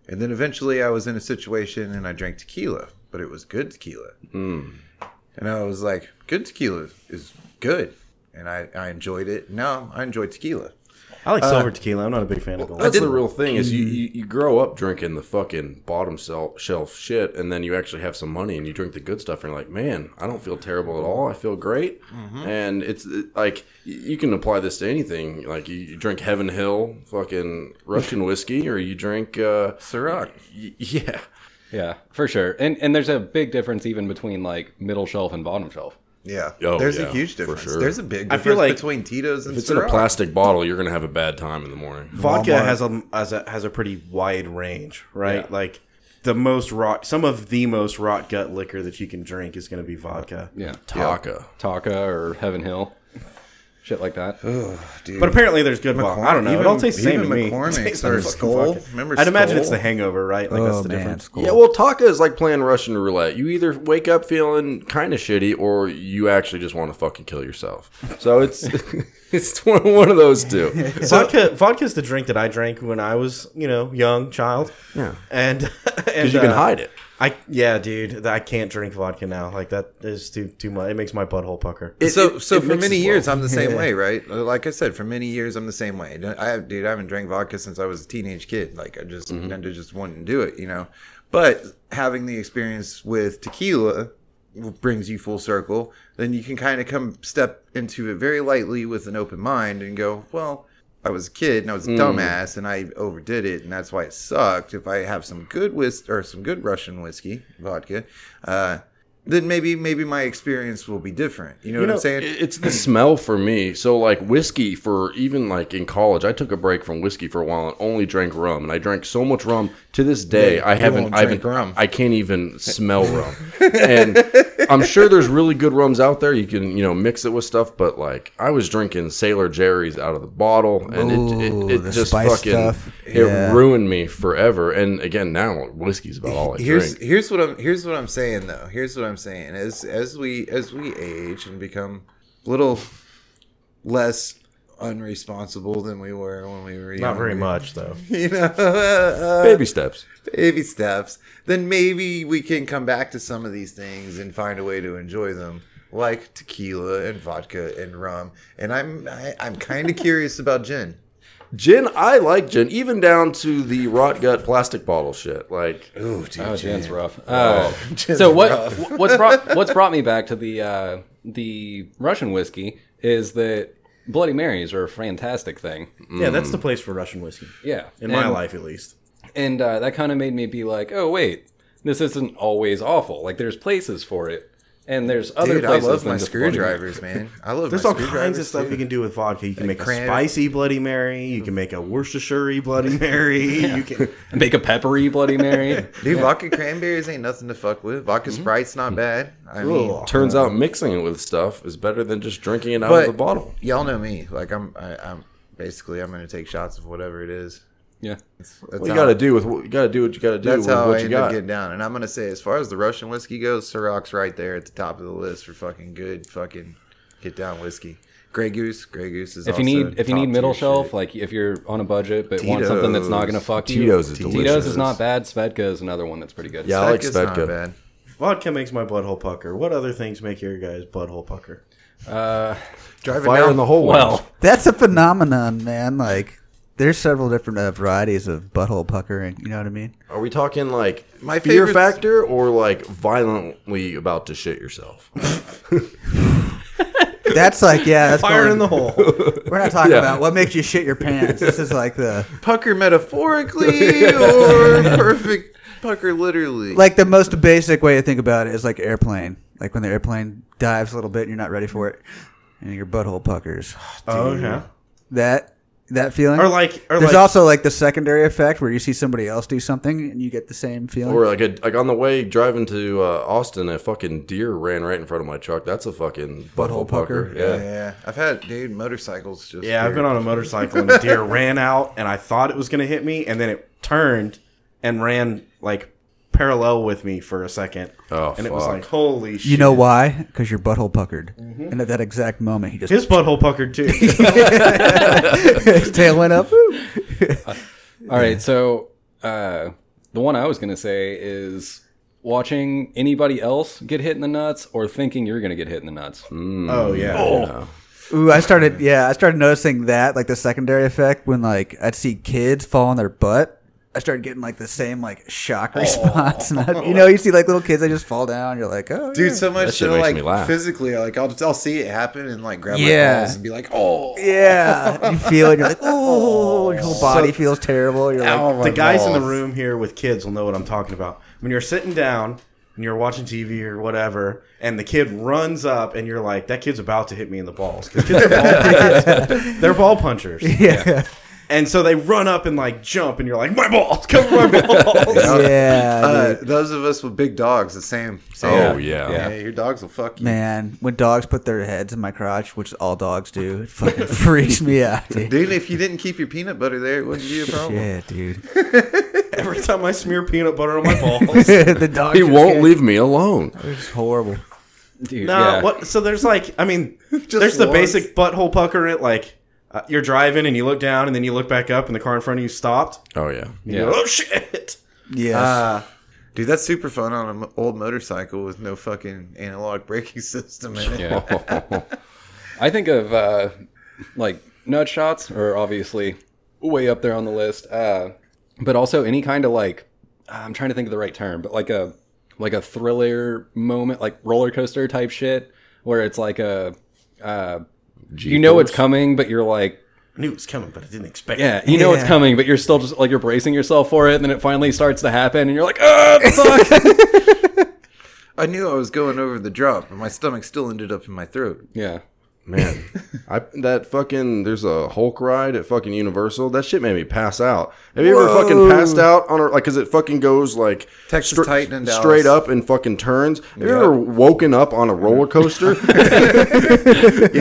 And then eventually I was in a situation and I drank tequila, but it was good tequila.
Hmm.
And I was like, good tequila is good. And I, I enjoyed it. Now I enjoy tequila.
I like silver tequila. I'm not a big fan of gold.
That's the real thing is you, you, you grow up drinking the fucking bottom sel- shelf shit, and then you actually have some money and you drink the good stuff, and you're like, man, I don't feel terrible at all. I feel great,
Mm-hmm.
and it's it- like y- you can apply this to anything. Like you, you drink Heaven Hill fucking Russian whiskey, or you drink uh,
Ciroc.
y- yeah,
Yeah, for sure. And and there's a big difference even between like middle shelf and bottom shelf.
Yeah.
Oh,
There's
yeah,
a huge
for
difference.
sure.
There's a big
I
difference
feel like
between Tito's and
if it's in a
Ciroc.
plastic bottle, you're gonna have a bad time in the morning.
vodka
Walmart.
has a, has a has a pretty wide range, right?
Yeah.
Like the most rot, some of the most rot gut liquor that you can drink is going to be vodka.
Yeah,
Taka.
Taka or Heaven Hill, shit like that.
Dude.
But apparently, there's good vodka. I don't know. it
even-
all tastes the same to
even
me. *laughs* It
McCormick's
tastes
or
like fucking
Skoal.
vodka.
Remember
I'd imagine it's
Skoal?
the hangover, right? Like that's
Oh
the
man,
difference.
school.
Yeah, well, Taka is like playing Russian roulette. You either wake up feeling kind of shitty, or you actually just want to fucking kill yourself. So it's *laughs* it's one one of
*laughs*
those two.
vodka, vodka is the drink that I drank when I was, you know, young child.
Yeah.
and *laughs* and
Because you can
uh,
hide it.
I yeah, dude, th- I can't drink vodka now. Like that is too too much. It makes my butthole pucker.
so so for
mixes
many
well.
years I'm the same way, right? Like I said, for many years I'm the same way. I dude, I haven't drank vodka since I was a teenage kid. Like I just I just wouldn't do it, you know. But having the experience with tequila brings you full circle. Then you can kind of come step into it very lightly with an open mind and go, well. I was a kid and I was a dumbass and I overdid it and that's why it sucked. If I have some good whis- or some good Russian whiskey vodka, uh, then maybe maybe my experience will be different. You know what
know,
I'm saying?
It- It's the smell for me. So like whiskey for even like in college, I took a break from whiskey for a while and only drank rum. And I drank so much rum to this day. I haven't.
won't
I haven't.
drink rum.
I can't even smell
*laughs*
rum. And I'm sure there's really good rums out there. You can you know mix it with stuff. But like I was drinking Sailor Jerry's out of the bottle, and
Ooh,
it it,
the
it just
spice
fucking
stuff.
it
Yeah.
ruined me forever. And again now whiskey's about all I
here's
drink.
here's what I'm here's what I'm saying though. Here's what I'm saying as as we as we age and become a little less unresponsible than we were when we were
Not
young,
very
we-
much though.
you know *laughs* uh,
Baby steps.
baby steps then maybe we can come back to some of these things and find a way to enjoy them like tequila and vodka and rum and i'm I, i'm kind of curious about gin
Gin, I like gin, even down to the rot gut plastic bottle shit. Like,
Ooh, dude,
Oh,
gin.
Jen's rough. Uh, *laughs*
Jen's
so what?
rough.
wh- What's brought What's brought me back to the uh, the Russian whiskey is that Bloody Marys are a fantastic thing.
Mm.
Yeah, that's the place for Russian whiskey
Yeah,
in my
And-
life, at least.
and uh, that kind of made me be like, oh wait, this isn't always awful. Like there's places for it, and there's other
Dude, I
places.
love
than
my
just Bloody Mary.
screwdrivers, man. I love
There's
my
all kinds of
screwdrivers,
stuff
too.
you can do with vodka. You can make a
cran-
spicy Bloody Mary. You can make a
*laughs*
Worcestershire Bloody Mary. You can
*laughs* Make a peppery Bloody Mary.
Dude, vodka cranberries ain't nothing to fuck with. Vodka Sprite's not bad. I mean,
Ugh.
turns out mixing it with stuff is better than just drinking it out
but
of the bottle.
y'all know me. Like I'm, I, I'm, basically I'm gonna take shots of whatever it is.
Yeah.
That's
Well, you
how-
got to do with what you got to do. What you got to do
That's
with
how
what
I
you
end
got.
up getting down. And I'm gonna say, as far as the Russian whiskey goes, Syrah's right there at the top of the list for fucking good fucking get down whiskey. Grey Goose, Grey Goose is
If you
also
need if you need
top
middle
tier
shelf,
shit.
like if you're on a budget but want something that's not going to
Tito's.
fuck
Tito's
you,
is
Tito's is
delicious.
not bad. Svedka is another one that's pretty good.
Yeah, I like
Vodka's not
Svedka.
bad.
Vodka makes my butthole pucker. What other things make your guys' butthole pucker?
Uh,
Driving
Fire
down,
in the hole.
well,
That's a phenomenon, man. Like, there's several different uh, varieties of butthole puckering. You know what I mean?
Are we talking like
My
fear
favorites-
factor or like violently about to shit
*laughs*
yourself?
That's like, yeah, that's
Fire
going-
in the hole.
We're not talking
Yeah.
about what makes you shit your pants. This is like the
pucker metaphorically or perfect pucker literally.
like the most basic way to think about it is like airplane. Like when the airplane dives a little bit and you're not ready for it, and your butthole puckers.
*laughs* oh yeah.
That that feeling.
Or like, or
There's
like,
also like the secondary effect where you see somebody else do something and you get the same feeling.
or like a, like on the way driving to uh, Austin, a fucking deer ran right in front of my truck. That's a fucking butthole,
Butthole
pucker.
pucker.
Yeah.
yeah, I've had dude motorcycles just
yeah, I've
weird.
been on a motorcycle and a
*laughs*
deer ran out, and I thought it was gonna hit me, and then it turned and ran like parallel with me for a second.
Oh,
and it was
fuck.
like, holy shit!
you know why? Because your butthole puckered.
Mm-hmm.
And at that exact moment,
*laughs*
he just *laughs*
His butthole puckered too.
his tail went up. Woo.
all right. So uh, the one I was going to say is watching anybody else get hit in the nuts or thinking you're going to get hit in the nuts.
oh yeah.
Ooh, I started. Yeah, I started noticing that, like the secondary effect, when like I'd see kids fall on their butt. I started getting like the same like shock response, *laughs* and I, you know, you see like little kids, they just fall down. You're like, oh,
Dude, so
That
much
shit
so
makes
like
me laugh.
physically, like I'll I'll see it happen and like grab my
Yeah.
balls and be like, oh,
yeah, yeah. you feel it. You're like, oh, your whole body feels terrible. You're like,
ow, my
the guys
*laughs*
in the
balls.
room here with kids will know what I'm talking about. When you're sitting down and you're watching TV or whatever, and the kid runs up, and you're like, "That kid's about to hit me in the balls." 'Cause kids are
*laughs*
ball punchers. They're ball punchers,
yeah,
and so they run up and like jump, and you're like, "My balls, cover
*laughs*
my balls."
yeah,
Uh,
dude.
those of us with big dogs, the same. same.
Oh, yeah.
yeah. Your dogs will fuck you,
man. When dogs put their heads in my crotch, which all dogs do, it fucking *laughs* freaks me out, dude.
dude. If you didn't keep your peanut butter there, it wouldn't be a problem.
Yeah, dude.
Every time I smear peanut butter on my balls.
the dog.
He won't leave me alone.
It's horrible.
Dude,
No,
yeah.
what? So there's like, I mean, there's the
once.
basic butthole pucker. It like uh, you're driving and you look down and then you look back up and the car in front of you stopped.
Oh yeah.
You go,
Yeah.
oh shit!
Yes.
Uh,
Dude, that's super fun on an old motorcycle with no fucking analog braking *laughs* system in it.
Yeah. I think of uh, like nut shots are obviously way up there on the list, uh, but also any kind of like I'm trying to think of the right term, but like a like a thriller moment, like roller coaster type shit, where it's like a uh, you know it's coming, but you're like
I knew it was coming, but I didn't expect it.
yeah, you know it's
Yeah.
coming, but you're still just like you're bracing yourself for it, and then it finally starts to happen, and you're like oh fuck
I knew I was going over the drop, but my stomach still ended up in my throat.
yeah.
Man, I that fucking there's a Hulk ride at fucking Universal. That shit made me pass out. Have you ever fucking passed out on a like because it fucking goes like
Texas Titan and Dallas.
straight up and fucking turns. Have you ever woken up on a roller coaster? yeah,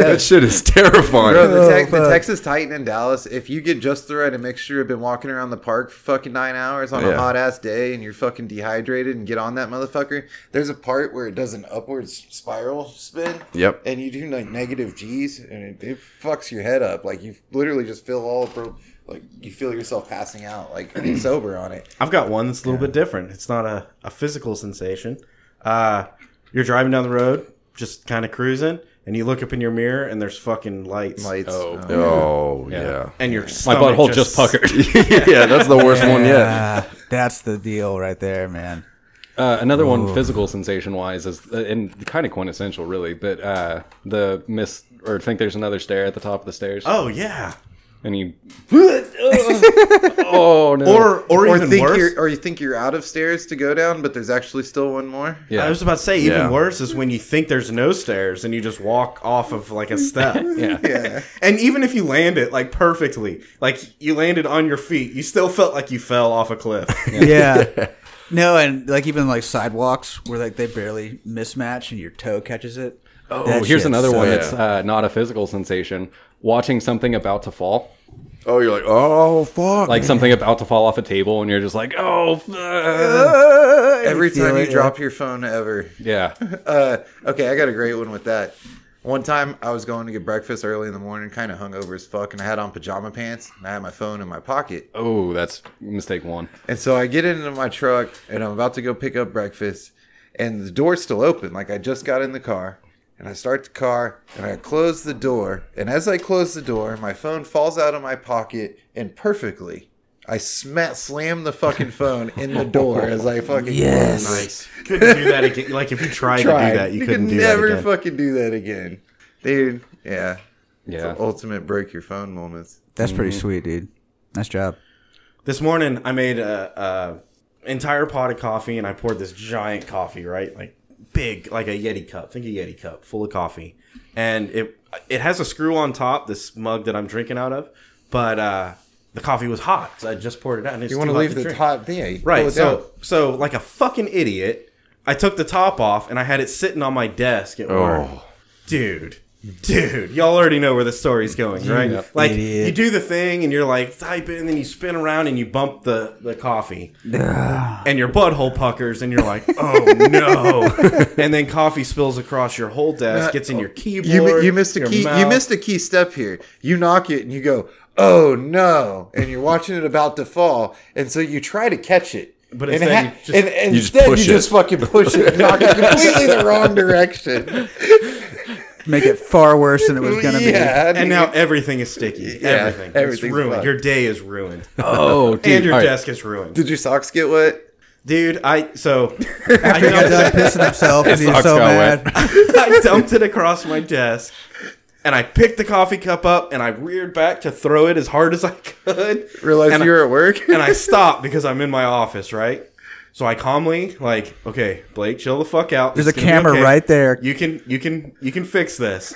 that shit is terrifying.
Bro,
Oh,
the, Tex- the
fuck.
Texas Titan in Dallas, if you get just the right mixture of been walking around the park for fucking nine hours on
Yeah.
a hot ass day and you're fucking dehydrated and get on that motherfucker, there's a part where it does an upwards spiral spin.
Yep.
And you do like negative G's and it, it fucks your head up. Like you literally just feel all pro- like you feel yourself passing out, like *clears throat* sober on it.
I've got one that's a little bit different. It's not a, a physical sensation. Uh, you're driving down the road, just kind of cruising, and you look up in your mirror and there's fucking lights.
Lights.
Oh.
uh,
Oh yeah.
Yeah.
And your
My
stomach
butthole just puckered. *laughs*
Yeah, *laughs* that's the worst one yet.
Yeah, that's the deal right there, man.
Uh, another one, physical sensation wise, is uh, and kind of quintessential, really. But uh, the miss or think there's another stair at the top of the stairs,
Oh yeah.
and
*laughs*
you. oh no!
Or or,
or
even
think
worse.
you're or you think you're out of stairs to go down, but there's actually still one more.
yeah,
I was about to say, even
Yeah.
worse is when you think there's no stairs and you just walk off of like a
*laughs*
step.
yeah,
Yeah.
And even if you land it like perfectly, like you landed on your feet, you still felt like you fell off a cliff.
Yeah. No, and like even like sidewalks where like they barely mismatch and your toe catches it.
Oh, here's another one
yeah.
that's uh, not a physical sensation: watching something about to fall.
Oh, you're like, oh fuck.
Like
*laughs*
something about to fall off a table, and you're just like, oh, fuck.
Every
feel
time
it,
you
yeah.
drop your phone ever.
yeah.
Uh, okay, I got a great one with that. One time I was going to get breakfast early in the morning, kind of hungover as fuck, and I had on pajama pants, and I had my phone in my pocket.
Oh, that's mistake one.
And so I get into my truck and I'm about to go pick up breakfast, and the door's still open. Like I just got in the car, and I start the car and I close the door. And as I close the door, my phone falls out of my pocket, and perfectly, I sma- slam the fucking phone in the door as I fucking
Yes.
Nice. Couldn't do that again. Like if you tried,
tried.
to do that, you,
You
couldn't
can
do
never
that again.
fucking do that again, dude. Yeah,
Yeah.
ultimate break your phone moments.
That's
Mm-hmm.
pretty sweet, dude. Nice job.
this morning I made a, a entire pot of coffee and I poured this giant coffee, right? Like big, like a Yeti cup. Think a Yeti cup full of coffee, and it it has a screw on top. This mug that I'm drinking out of, but uh, the coffee was hot because I just poured it out. And it's
You
want to
leave the
drink.
top? Yeah, you pull
Right.
it
So
down.
so like a fucking idiot, I took the top off and I had it sitting on my desk at work.
Oh.
Dude. Dude, y'all already know where the story's going, right? Like
idiot.
you do the thing and you're like type it and then you spin around and you bump the, the coffee. *sighs* and your butthole puckers and you're like, oh no.
*laughs*
and then coffee spills across your whole desk, gets in your keyboard.
Uh, You, mi- you missed a
your
key. You
mouth.
missed a key step here. You knock it and you go, "Oh no!" And you're watching it about to fall, and so you try to catch it,
But
and
instead you just-
and, and
you just
instead
push
you
it.
just fucking push it, and knock it completely the wrong direction.
Make it far worse than it was gonna be.
yeah,
and now everything is sticky. everything. It's
everything's
ruined.
fucked.
Your day is ruined.
Oh, dude.
*laughs* and your
all right.
desk is ruined.
did your socks get wet?
Dude, I
*laughs*
so I
Got done
dumped,
pissing himself and he's
socks
so
got
mad.
I dumped it across my desk, and I picked the coffee cup up and I reared back to throw it as hard as I could.
Realized
and
you were at work.
I, and I stopped because I'm in my office, right? So I calmly like, okay, Blake, chill the fuck out.
There's
It's
a
gonna be
camera right there.
You can you can you can fix
*laughs*
this.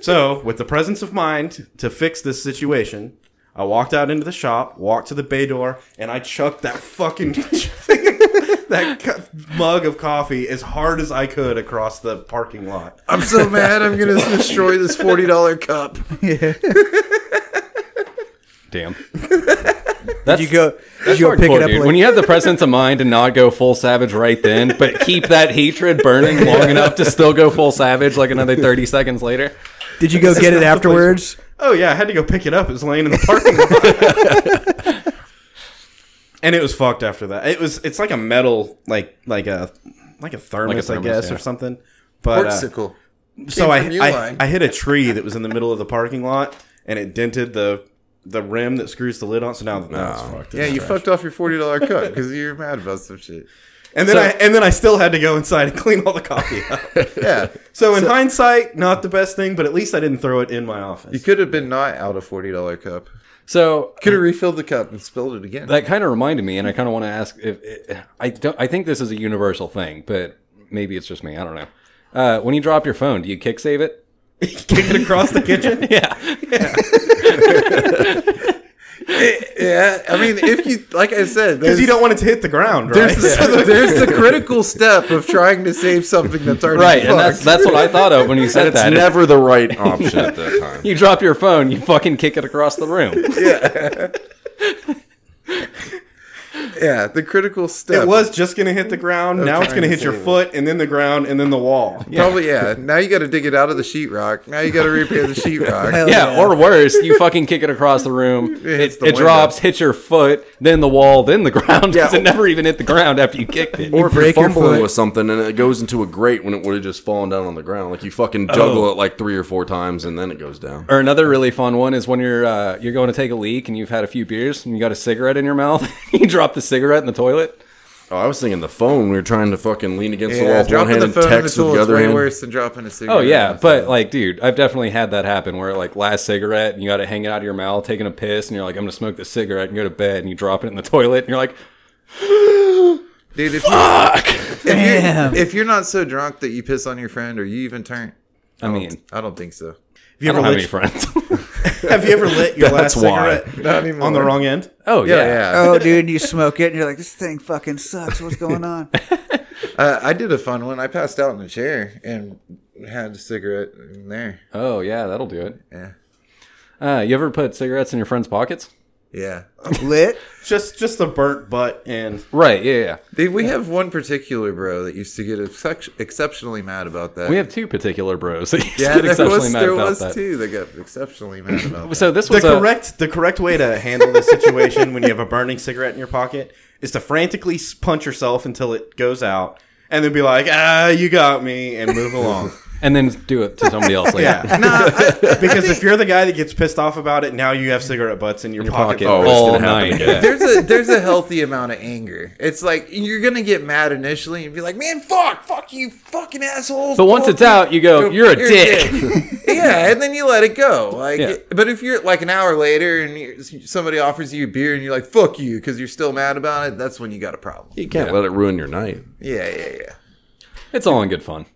so with the presence of mind to fix this situation. I walked out into the shop, walked to the bay door, and I chucked that fucking *laughs* that cu- mug of coffee as hard as I could across the parking lot.
*laughs* I'm so mad. I'm gonna destroy this forty dollar cup.
*laughs*
Damn. That's,
You go, you
*laughs* that's
go pick
hardcore,
it up.
dude.
Like,
When you have the presence of mind to not go full savage right then, but keep that hatred burning long enough to still go full savage like another 30 seconds later.
did you go get it afterwards?
Oh yeah, I had to go pick it up. It was laying in the parking lot. *laughs* and it was fucked after that. It was it's like a metal like like a like a thermos,
thermos,
I guess,
yeah.
or something. But uh, so I,
from you,
I
Ryan.
I hit a tree that was in the middle of the parking lot and it dented the the rim that screws the lid on. So now that's fucked.
Yeah, you fucked off your forty dollar cup because you're mad about some shit.
And then I and then I still had to go inside and *laughs* clean all the coffee up.
Yeah, *laughs*
so in hindsight, not the best thing, but at least I didn't throw it in my
you
office.
could have been not out a forty dollar cup.
So
Could have refilled the cup and spilled it again.
that kind of reminded me, and I kind of want to ask if I don't. I think this is a universal thing, but maybe it's just me. I don't know. Uh, when you drop your phone, do you kick save it?
Kick it across the kitchen.
Yeah.
yeah, I mean, if you like I said,
Because
there's,
you don't want it to hit the ground, right?
there's, the, there's the critical step of trying to save something that's already
Right, and
fucked.
that's that's what I thought of when you said
it's
that.
never the right option at that time.
you drop your phone, you fucking kick it across the room.
yeah, the critical step.
It was just gonna hit the ground. Now it's
trying
gonna
to
hit your
save it.
foot, and then the ground, and then the wall.
probably yeah. Now you got to dig it out of the sheetrock. Now you got to repair the sheetrock.
Hell
Yeah, or worse, you fucking kick it across the room. It,
Oh, hits the
it
window.
drops, hits your foot, then the wall, then the ground. *laughs* Because
Yeah.
it never even hit the ground after you kicked it.
*laughs* Or if you're
break your
fumbling
foot.
with something and it goes into a grate when it would have just fallen down on the ground, like you fucking
Oh.
juggle it like three or four times and then it goes down.
Or another really fun one is when you're uh, you're going to take a leak and you've had a few beers and you got a cigarette in your mouth. *laughs* you drop the cigarette in the toilet.
Oh, I was thinking the phone. We were trying to fucking lean against the wall
Yeah,
with one
dropping
hand
the
and
phone in the
text with
tool
the
is
other
way
hand.
worse than dropping a cigarette.
Oh yeah, but like, dude, I've definitely had that happen where like last cigarette and you got to hang it out of your mouth, taking a piss, and you're like, I'm gonna smoke this cigarette and go to bed, and you drop it in the toilet, and you're like,
dude, if, you,
*laughs* Damn.
if you're not so drunk that you piss on your friend or you even turn,
I mean,
I don't think so.
Have you
I
ever
don't have
lit,
any friends. *laughs*
*laughs* have you ever lit your last
That's why.
cigarette on the wrong end?
oh
Yeah,
yeah,
yeah.
Oh, dude, you smoke it and you're like, this thing fucking sucks. What's
*laughs*
going on?
Uh, I did a fun one. I passed out in a chair and had a cigarette in there.
Oh yeah, that'll do it.
Yeah.
Uh, you ever put cigarettes in your friends' pockets?
Yeah.
Lit.
Just just the burnt butt and
Right. Yeah. Yeah.
Dude, we have one particular bro that used to get excep- exceptionally mad about that.
We have two particular bros that
yeah,
yeah, get
there
exceptionally
was,
mad
there
about
was
that.
two that got exceptionally
*laughs*
mad about that.
So this
the
was a,
correct the correct way to handle this situation when you have a burning cigarette in your pocket is to frantically s- punch yourself until it goes out and then be like, "Ah, you got me," and move along.
and then do it to somebody else. Later.
Yeah. because if you're the guy that gets pissed off about it, now you have cigarette butts in your, pocket.
Pocket
Oh, it's
all
gonna happen
night.
again.
yeah.
there's a there's a healthy amount of anger. It's like you're gonna get mad initially and be like, "Man, fuck, fuck you, fucking assholes."
But once it's out, you
*laughs*
go, "You're a dick." *laughs*
yeah, and then you let it go. Like,
Yeah.
but if you're like an hour later and you're, somebody offers you a beer and you're like, "Fuck you," because you're still mad about it, that's when you got a problem.
You can't let it ruin your night.
Yeah, yeah, yeah.
It's all in good fun.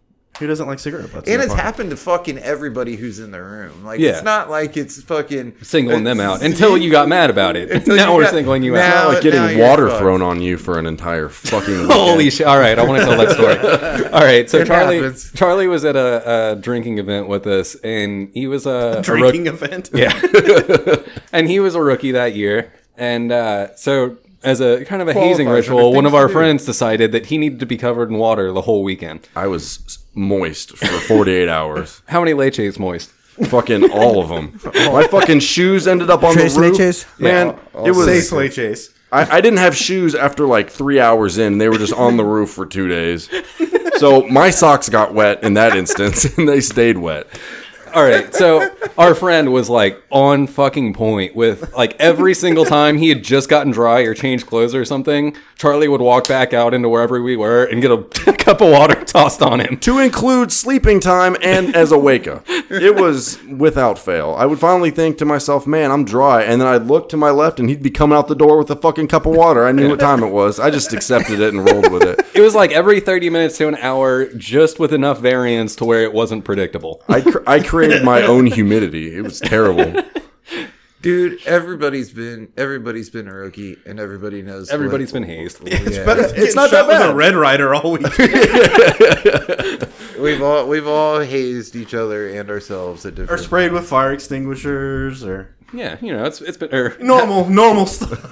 Who doesn't like cigarette butts? in
And
their
it's
pocket?
happened to fucking everybody who's in the room. Like,
Yeah.
it's not like it's fucking
Singling them
*laughs*
out until you got mad about it.
Until
Now
you
we're
got-
singling you
now-
out.
Not
now
like getting
you're
water
fucked.
thrown on you for an entire
*laughs*
fucking weekend.
Holy shit! All right, I want to tell that story. All right, so
It
Charlie,
happens.
Charlie was at a, a drinking event with us, and he was a, a rook-
drinking event.
yeah, *laughs* and he was a rookie that year, and uh, so as a kind of a hazing
Qualifies under
ritual, one of
things to
our
do.
friends decided that he needed to be covered in water the whole weekend.
I was s- moist for 48 hours.
How many leches moist?
fucking all
*laughs*
of them. My fucking shoes ended up on
Trace
the roof.
leches?
Man, it
Safe
was.
sleigh chase.
I, I didn't have shoes after like three hours in. They were just on the roof for two days. So my socks got wet in that instance, *laughs* and they stayed wet.
All right,
*laughs*
so our friend was like on fucking point with like every single time he had just gotten dry or changed clothes or something. Charlie would walk back out into wherever we were and get a *laughs* cup of water tossed on him.
To include sleeping time and as a wake up, it was without fail. I would finally think to myself, "Man, I'm dry," and then I'd look to my left, and he'd be coming out the door with a fucking cup of water. I knew what time it was. I just accepted it and rolled with it.
It was like every 30 minutes to an hour, just with enough variance to where it wasn't predictable.
I, cr- I created my own humidity. It was
*laughs*
terrible.
dude. Everybody's been everybody's been a rookie, and everybody knows
Everybody's
what-
been hazed.
*laughs*
*laughs*
Yeah.
But it's
not
not that
that
with
bad.
a red rider all weekend
We've all we've all hazed each other and ourselves at
or
different.
sprayed with fire extinguishers or
Yeah, you know, it's, it's been. Er,
*laughs* normal normal stuff.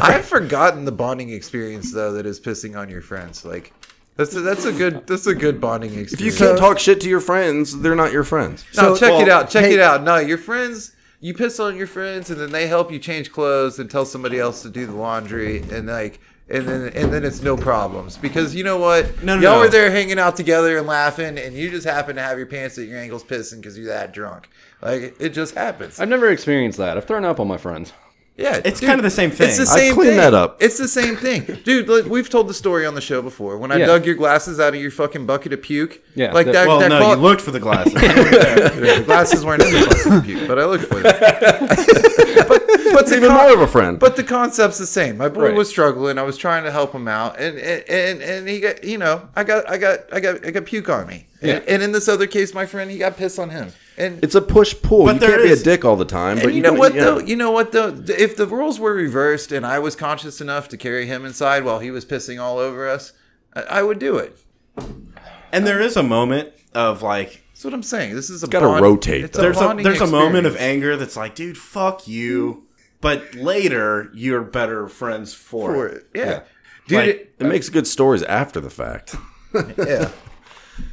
I've forgotten the bonding experience though that is pissing on your friends. Like that's a, that's a good that's a good bonding experience.
If you can't talk shit to your friends, they're not your friends.
no,
So-
check it
well,
out. Check
hey-
it out. No, your friends. You piss on your friends, and then they help you change clothes and tell somebody else to do the laundry, and like, and then and then it's no problems because you know what?
No, no,
Y'all
no.
were there hanging out together and laughing, and you just happen to have your pants at your ankles pissing because you're that drunk. Like it just
*laughs*
happens.
I've never experienced that. I've thrown up on my friends.
Yeah,
It's kind of the same thing.
It's *laughs* the
I
same
cleaned
thing.
that up.
It's the same thing, dude. Like, we've told the story on the show before. When I
Yeah.
dug your glasses out of your fucking bucket of puke,
Yeah,
like
that-
that.
well,
that
no,
qual-
you looked for the glasses.
the *laughs* glasses weren't in the bucket of puke, but I looked for them. but but
It's
the
even
con-
more of a friend.
but the concept's the same. My boy
Right.
was struggling. I was trying to help him out, and and, and and he got you know I got I got I got I got puke on me.
Yeah.
And, and in this other case, my friend he got piss on him. And
it's a push pull.
But
You
there
can't
is-
be a dick all the time. But
And you
can-
know what
yeah.
though? You know what though? Th- If the rules were reversed and I was conscious enough to carry him inside while he was pissing all over us, I, I would do it.
and there is a moment of like
That's what I'm saying. This is a
Gotta rotate,
It's
though.
there's a
bonding
there's a moment of
experience.
anger that's like, dude, fuck you. But later, you're better friends for,
For
it.
it. Yeah.
Like-
Dude,
It makes good stories after the fact.
it, yeah.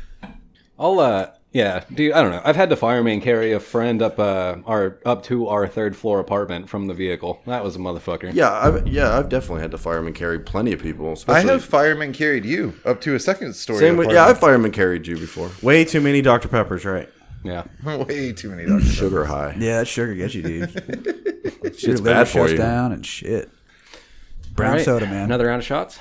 I'll uh yeah, dude, I don't know. I've had to fireman carry a friend up uh our up to our third floor apartment from the vehicle. That was a motherfucker.
Yeah, I've, yeah, I've definitely had to fireman carry plenty of people.
I
Especially
have firemen carried you up to a second story.
same with, yeah, I've fireman carried you before.
Way too many Dr. Peppers, right?
Yeah.
apartment. *laughs* way too many doctors.
Sugar high.
Yeah, that sugar gets you, dude. Your
It's
liver
bad for
shuts
you.
down and shit. Brown
Right.
soda, man.
Another round of shots.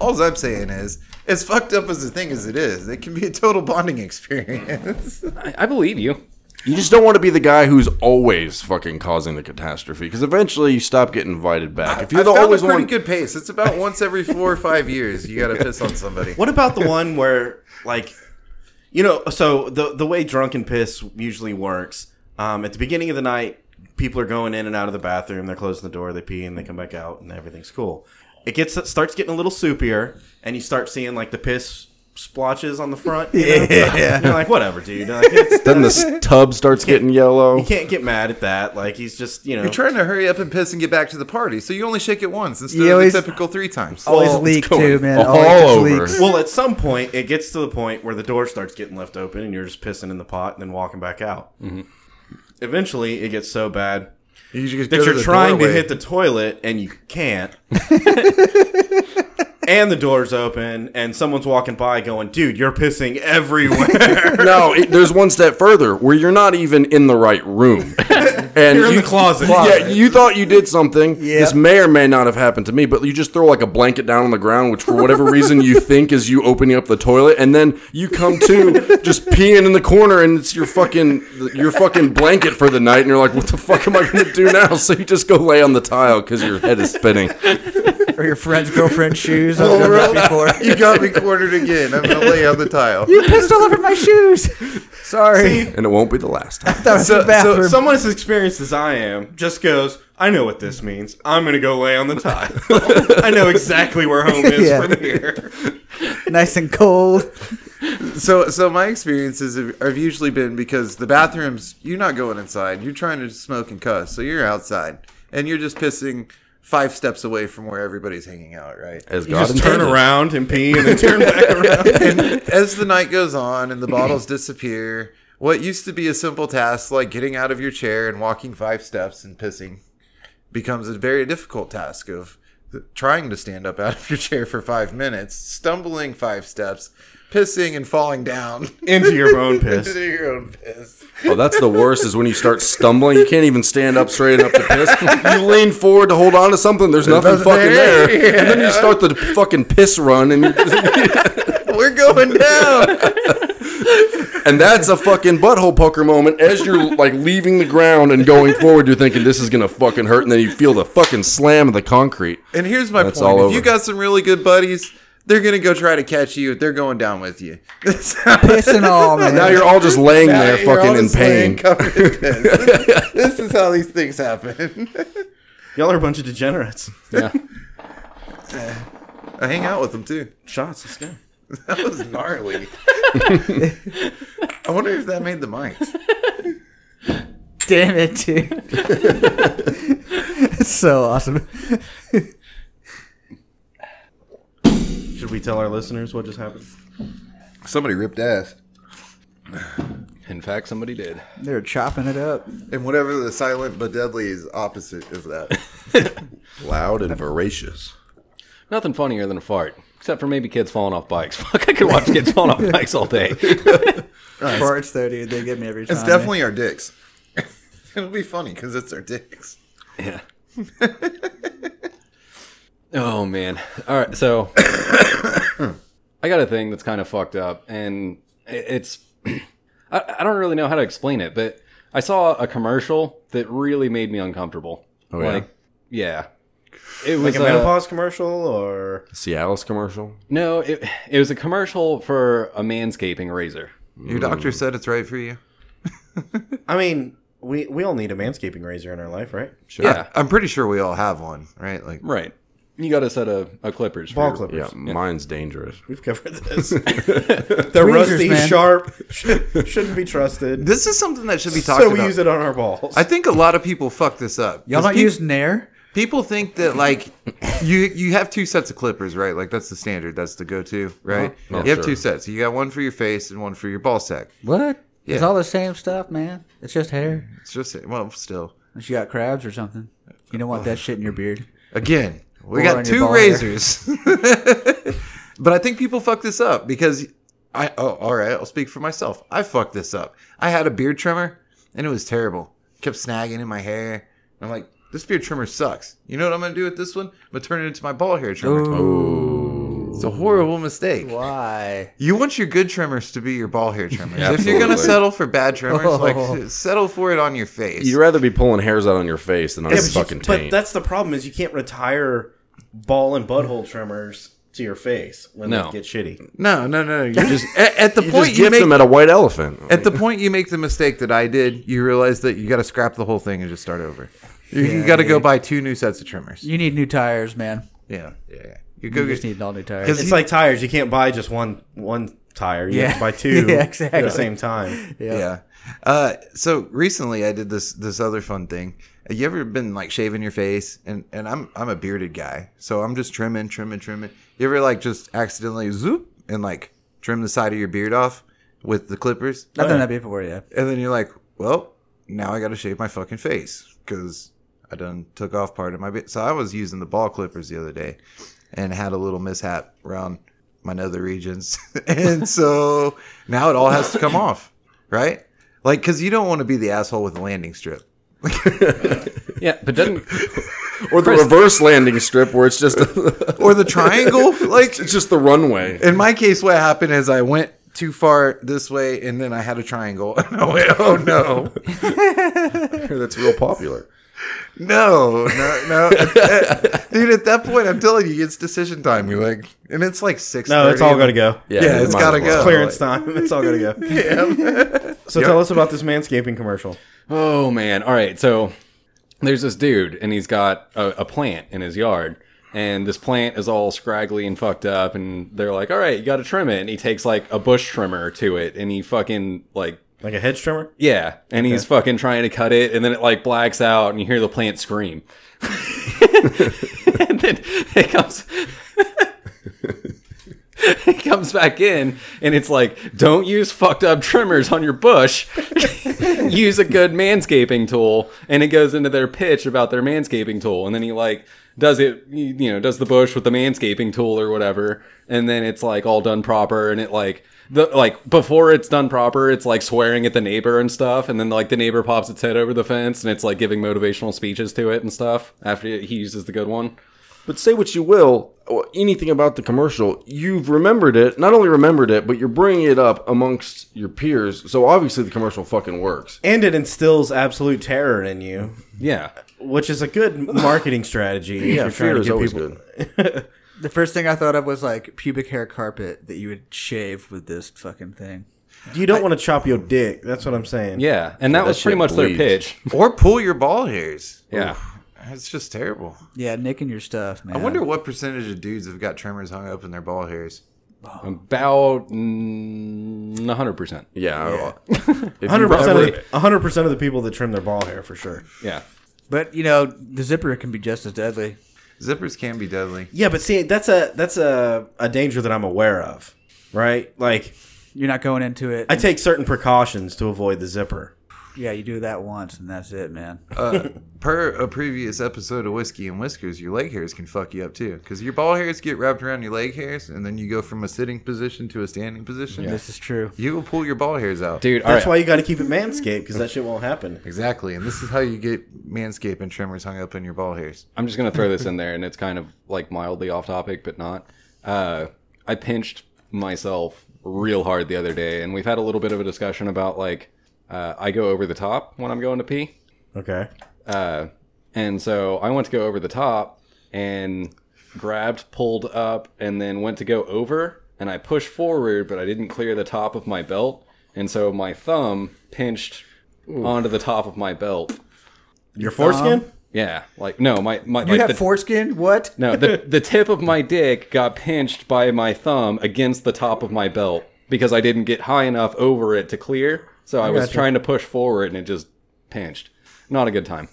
All I'm saying is, as fucked up as the thing as it is, it can be a total bonding experience. *laughs*
I, I believe you.
You just don't want to be the guy who's always fucking causing the catastrophe because eventually you stop getting invited back. If you're
I
the
found
always
a pretty
one,
good pace. It's about once every four or five years you gotta piss on somebody.
What about the one where, like, you know, so the the way drunken piss usually works, um, at the beginning of the night, people are going in and out of the bathroom. They're closing the door, they pee, and they come back out, and everything's cool. It gets it starts getting a little soupier, and you start seeing like the piss splotches on the front. You know? You're like, whatever, dude. Like, it's,
Then the s- tub starts getting
you
yellow.
can't get mad at that. Like he's just you know.
You're trying to hurry up and piss and get back to the party, so you only shake it once instead of
always-
the typical three times.
Always
Well,
leak
it's going
too, man.
all
Always just
over.
leaks.
well, at some point, it gets to the point where the door starts getting left open, and you're just pissing in the pot and then walking back out. Eventually, it gets so bad
You just go
that
to
you're
the
trying to
doorway.
hit the toilet and you can't. and the door's open, and someone's walking by going, dude, you're pissing everywhere.
*laughs* No, it, there's one step further where you're not even in the right room, and
you're in
you-
the closet.
Yeah, you thought you did something. This may or may not have happened to me, but you just throw like a blanket down on the ground, which for whatever reason you think is you opening up the toilet, and then you come to just peeing in the corner, and it's your fucking your fucking blanket for the night, and you're like, what the fuck am I gonna do now? So you just go lay on the tile because your head is spinning.
or your friend's girlfriend's shoes. I've done that before.
*laughs* *laughs* You got me cornered again. I'm gonna lay on the tile.
You pissed all over my shoes. Sorry,
And it won't be the last time.
that was
So,
the bathroom.
so someone as experienced as I am just goes, I know what this means. I'm going to go lay on the tile. I know exactly where home is
Yeah.
from here.
nice and cold.
So, so my experiences have, have usually been because the bathrooms, you're not going inside. You're trying to smoke and cuss, so you're outside, and you're just pissing five steps away from where everybody's hanging out, right?
As
You
God
just turn
intended.
around and pee and then turn back around.
and *laughs* as the night goes on and the bottles disappear, what used to be a simple task like getting out of your chair and walking five steps and pissing becomes a very difficult task of trying to stand up out of your chair for five minutes, stumbling five steps, pissing and falling down *laughs*
Into your *laughs* own piss.
into your own piss.
Oh, that's the worst is when you start stumbling. You can't even stand up straight enough to piss. You lean forward to hold on to something. There's nothing
nothing
fucking
there.
there. And then you start the fucking piss run, and you
We're going down.
and that's a fucking butthole pucker moment. As you're like leaving the ground and going forward, you're thinking this is gonna fucking hurt, and then you feel the fucking slam of the concrete.
*laughs* And here's my
That's
point:
all
if you
over.
got some really good buddies, they're gonna go try to catch you. If they're going down with you,
Piss and all, man.
Now you're all just laying there,
You're
fucking in
honestly
pain.
covered in *laughs* piss. this is how these things happen.
Y'all are a bunch of degenerates.
Yeah.
I hang out with them too.
Shots, let's go.
*laughs* That was gnarly. I wonder if that made the mics.
Damn it, dude. it's so awesome.
Should we tell our listeners what just happened?
Somebody ripped ass.
In fact, somebody did.
They're chopping it up.
And whatever the silent but deadly is opposite of that.
Loud and voracious.
Nothing funnier than a fart, except for maybe kids falling off bikes. *laughs* Fuck, I could watch kids falling off bikes all day.
Farts though, dude. They get me every time.
It's definitely our dicks. *laughs* It'll be funny because it's our dicks.
Yeah. *laughs* oh man. All right. So *coughs* I got a thing that's kind of fucked up, and i- it's *clears throat* I, I don't really know how to explain it, but I saw a commercial that really made me uncomfortable.
Oh, yeah?
Like, yeah. It was
Like a
uh,
menopause commercial or
Cialis commercial.
no, it, it was a commercial for a manscaping razor.
Your doctor said it's right for you.
I mean, we we all need a manscaping razor in our life, right?
Sure.
Yeah,
I'm pretty sure we all have one, right? Like
right. You got a set of, of clippers. for
Ball
your-
clippers.
Yeah, mine's dangerous.
We've covered this. They're
Tweezers,
rusty,
man.
sharp, sh- shouldn't
*laughs*
be trusted.
this is something that should be talked
So we
about.
use it on our balls.
I think a lot of people fuck this up.
Y'all
'Cause
not
peop-
use Nair?
people think that like you you have two sets of clippers, right? Like that's the standard, that's the go-to, right?
Uh-huh.
You have
Sure.
two sets. You got one for your face and one for your ball sack.
What? It's
Yeah.
all the same stuff, man. It's just hair.
It's just well, still.
Unless you got crabs or something. You don't want that shit in your beard.
Again, we
Or
got
on your
two
ball
razors. *laughs* but I think people fuck this up because I oh all right, I'll speak for myself. I fucked this up. I had a beard trimmer and it was terrible. Kept snagging in my hair. I'm like, this beard trimmer sucks. You know what I'm gonna do with this one? I'm gonna turn it into my ball hair trimmer. It's a horrible mistake.
Why?
You want your good trimmers to be your ball hair trimmers.
Yeah,
if you're gonna
absolutely.
settle for bad trimmers,
*laughs* Oh.
like settle for it on your face.
You'd rather be pulling hairs out on your face than on
Yeah,
your
but you-
fucking
But
taint.
that's the problem is you can't retire ball and butthole trimmers to your face when
No.
they get shitty.
no, no, no. You just at, at the
You
point
just
you
gift
make
them at a white elephant.
at the point you make the mistake that I did, you realize that you got to scrap the whole thing and just start over. You,
Yeah,
got to go
dude.
buy two new sets of trimmers.
You need new tires, man.
Yeah, yeah. You go
You
get
just need an all new tire.
'Cause-
It's like tires. You can't buy just one one tire. You have
Yeah.
to buy two
Yeah,
at
exactly.
the same time.
yeah. Uh, so recently, I did this this other fun thing. You ever been like shaving your face? And and I'm I'm a bearded guy, so I'm just trimming, trimming, trimming. You ever like just accidentally zoop and like trim the side of your beard off with the clippers?
I've done that before, yeah.
And then you're like, well, now I got to shave my fucking face because I done took off part of my bit. So I was using the ball clippers the other day and had a little mishap around my nether regions. *laughs* and so now it all has to come off, right? Like, because you don't want to be the asshole with a landing strip.
Yeah, but doesn't
Or the reverse landing strip where it's just
Or the triangle. like,
*laughs* it's just the runway.
in my case, what happened is I went too far this way and then I had a triangle. *laughs* And I went, oh no.
That's real popular.
No, no,
*laughs*
no, dude. At that point, I'm telling you, it's decision time. You're like, and it's like six.
No, it's all gotta go.
Yeah, it's
might
gotta
as well.
go.
Clearance time. *laughs* It's all gotta go. So tell us about this manscaping commercial.
Oh man! All right, so there's this dude, and he's got a, a plant in his yard, and this plant is all scraggly and fucked up, and they're like, "All right, you got to trim it," and he takes like a bush trimmer to it, and he fucking like.
Like a hedge trimmer?
Yeah, and he's fucking trying to cut it, and then it like blacks out, and you hear the plant scream. *laughs* and then it comes, *laughs* it comes back in, and it's like, don't use fucked up trimmers on your bush. *laughs* use a good manscaping tool, and it goes into their pitch about their manscaping tool, and then he like does it, you you know, does the bush with the manscaping tool or whatever, and then it's like all done proper, and it like the like before it's done proper, it's like swearing at the neighbor and stuff, and then like the neighbor pops its head over the fence, and it's like giving motivational speeches to it and stuff after he uses the good one.
But say what you will, or anything about the commercial, you've remembered it. Not only remembered it, but you're bringing it up amongst your peers. So obviously the commercial fucking works.
And it instills absolute terror in you,
Yeah,
which is a good marketing strategy. if
Yeah,
you're trying
fear
to
is
get
always
people-
good.
The first thing I thought of was like pubic hair carpet that you would shave with this fucking thing.
You don't want to chop your dick. That's what I'm saying.
yeah, and that, was
shit
pretty much their
bleeds.
pitch.
Or pull your ball hairs.
Yeah.
It's just terrible.
Yeah, nicking your stuff, man.
I wonder what percentage of dudes have got trimmers hung up in their ball hairs.
About mm, hundred percent.
*laughs*
Yeah.
Hundred percent.
probably-
of the- hundred percent of the people that trim their ball hair for sure.
Yeah,
But you know, the zipper can be just as deadly.
Zippers can be deadly.
Yeah, but see, that's a that's a, a danger that I'm aware of, right? Like
You're not going into it.
I take certain precautions to avoid the zipper.
yeah, you do that once and that's it, man.
Uh, per a previous episode of Whiskey and Whiskers, your leg hairs can fuck you up too. Because your ball hairs get wrapped around your leg hairs, and then you go from a sitting position to a standing position.
This is true.
You will pull your ball hairs out.
dude. All
That's
right,
why you got to keep it manscaped because that shit won't happen.
Exactly, and this is how you get manscaping trimmers hung up in your ball hairs.
I'm just gonna throw this
*laughs*
in there, and it's kind of like mildly off topic, but not. Uh, I pinched myself real hard the other day, and we've had a little bit of a discussion about like uh, I go over the top when I'm going to pee.
Okay.
Uh, and so I went to go over the top and grabbed, pulled up, and then went to go over. And I pushed forward, but I didn't clear the top of my belt. And so my thumb pinched onto the top of my belt.
Your foreskin.
Yeah. Like, no, my. my
You
like
have
the,
foreskin? What?
no, the, the tip of my dick got pinched by my thumb against the top of my belt because I didn't get high enough over it to clear. So I, was trying to push forward and it just pinched. Not a good time.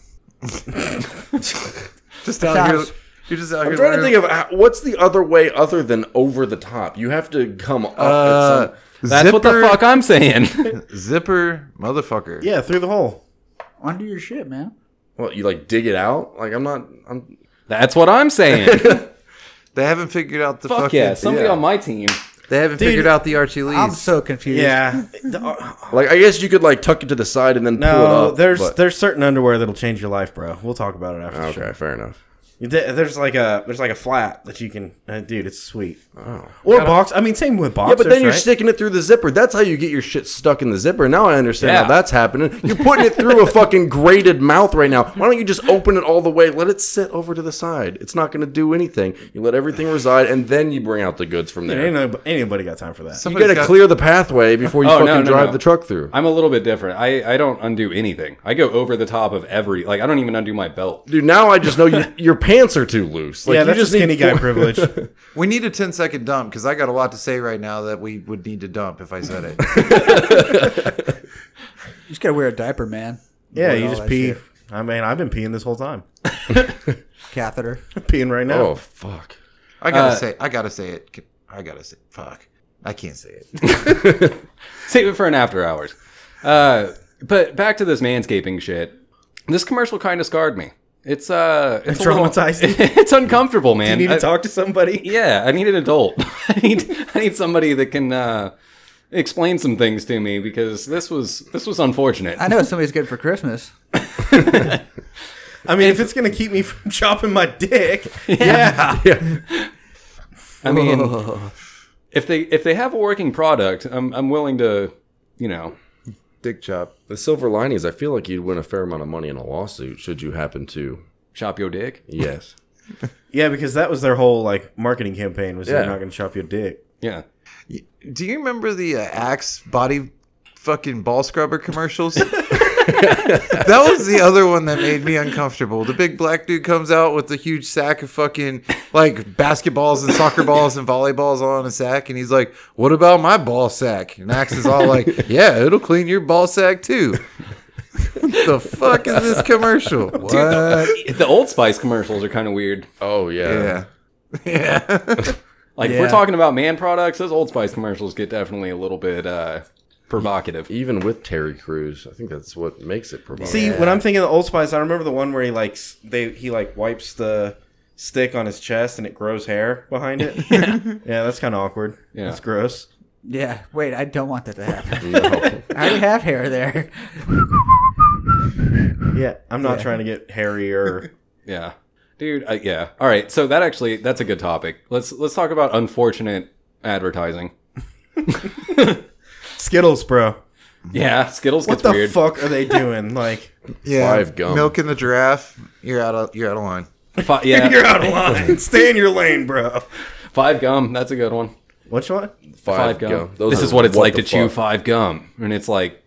Just out here, you're just out here.
I'm trying to
learning-
think of how- what's the other way other than over the top. You have to come up.
Uh,
at some,
That's what the fuck I'm saying.
Zipper, motherfucker.
Yeah, through the hole.
Under your shit, man.
what you like dig it out? Like I'm not. I'm
That's what I'm saying.
They haven't figured out the
Fuck
fucking.
yeah. Somebody
yeah.
on my team.
They haven't
Dude.
figured out the Archie Lees.
I'm so confused.
Yeah. The- uh,
like I guess you could like tuck it to the side and then pull it
no,
up.
there's
but-
there's certain underwear that'll change your life, bro. We'll talk about it after. the
okay, fair enough.
show. There- There's like a there's like a flat that you can, uh, dude. It's sweet. Or box. I mean, same with boxers.
Oh. Yeah, but then you're
right?
sticking it through the zipper. That's how you get your shit stuck in the zipper. Now I understand
Yeah.
how that's happening. You're putting it through a fucking grated mouth right now. Why don't you just open it all the way? Let it sit over to the side. It's not going to do anything. You let everything reside, and then you bring out the goods from
Dude,
there.
ain't no- ain't anybody got time for that.
you
Somebody's
got to
got-
clear the pathway before you
Oh, no,
fucking
no,
drive
no.
the truck through.
I'm a little bit different. I, I don't undo anything. I go over the top of every. Like, I don't even undo my belt.
Dude, now I just know you, you're your pants are too loose. Like,
yeah,
you
that's just
need
skinny guy
four- *laughs*
privilege.
We need a 10 second dump because I got a lot to say right now that we would need to dump if I said it.
You just gotta wear a diaper, man.
Yeah,
Avoid
you
all
just
that
pee.
shit.
I mean, I've been peeing this whole time. *laughs*
Catheter.
peeing right now.
Oh fuck.
I gotta say, I gotta say it. I gotta say, fuck, I can't say it.
Save it for an after hours. Uh, but back to this manscaping shit. This commercial kind of scarred me. It's uh, it's a little-
traumatized you?
*laughs* it's uncomfortable, man.
you need
I-
to talk to somebody.
Yeah, I need an adult. *laughs* I need I need somebody that can uh, explain some things to me because this was this was unfortunate.
I know somebody's good for Christmas.
I mean, if it's gonna keep me *laughs* from chopping my
*laughs*
dick,
I
*laughs*
mean, if they if they have a working product, I'm I'm willing to, you know,
Dick chop.
The silver lining is I feel like you'd win a fair amount of money in a lawsuit should you happen to.
shop your dick.
Yes.
yeah, because that was their whole like marketing campaign was
Yeah.
you're not gonna chop your dick.
Yeah.
Do you remember the uh, Axe body fucking ball scrubber
*laughs*
commercials? that was the other one that made me uncomfortable. The big black dude comes out with a huge sack of fucking like basketballs and soccer balls and volleyballs all in a sack, and he's like, "What about my ball sack?" And Axe is all
*laughs*
like, "Yeah, it'll clean your ball sack too." *laughs* what the fuck is this commercial?
What?
The Old Spice commercials are kind of weird.
Oh yeah.
Yeah. Yeah. *laughs*
Like if
Yeah.
we're talking about man products, those Old Spice commercials get definitely a little bit uh, provocative.
Even with Terry Crews, I think that's what makes it provocative.
See, when I'm thinking of Old Spice, I remember the one where he like s- they he like wipes the stick on his chest and it grows hair behind it. *laughs* yeah. that's kind of awkward.
Yeah.
That's gross.
Yeah. Wait, I don't want that to happen.
No.
I already have hair there.
Yeah, I'm not trying to get hairy or
Yeah, dude. I, yeah. All right. So that actually that's a good topic. Let's let's talk about unfortunate advertising.
Skittles, bro.
Yeah, Skittles
What
gets
the
weird.
fuck are they *laughs* doing? Like,
Yeah,
Five gum.
Milk in the giraffe. You're out of you're out of line.
Fi- yeah,
*laughs* you're out of line. Stay in your lane, bro.
five gum. That's a good one.
Which one?
*laughs* Five, gum. this
are
is what it's like
the
to chew
fuck.
five gum, and it's like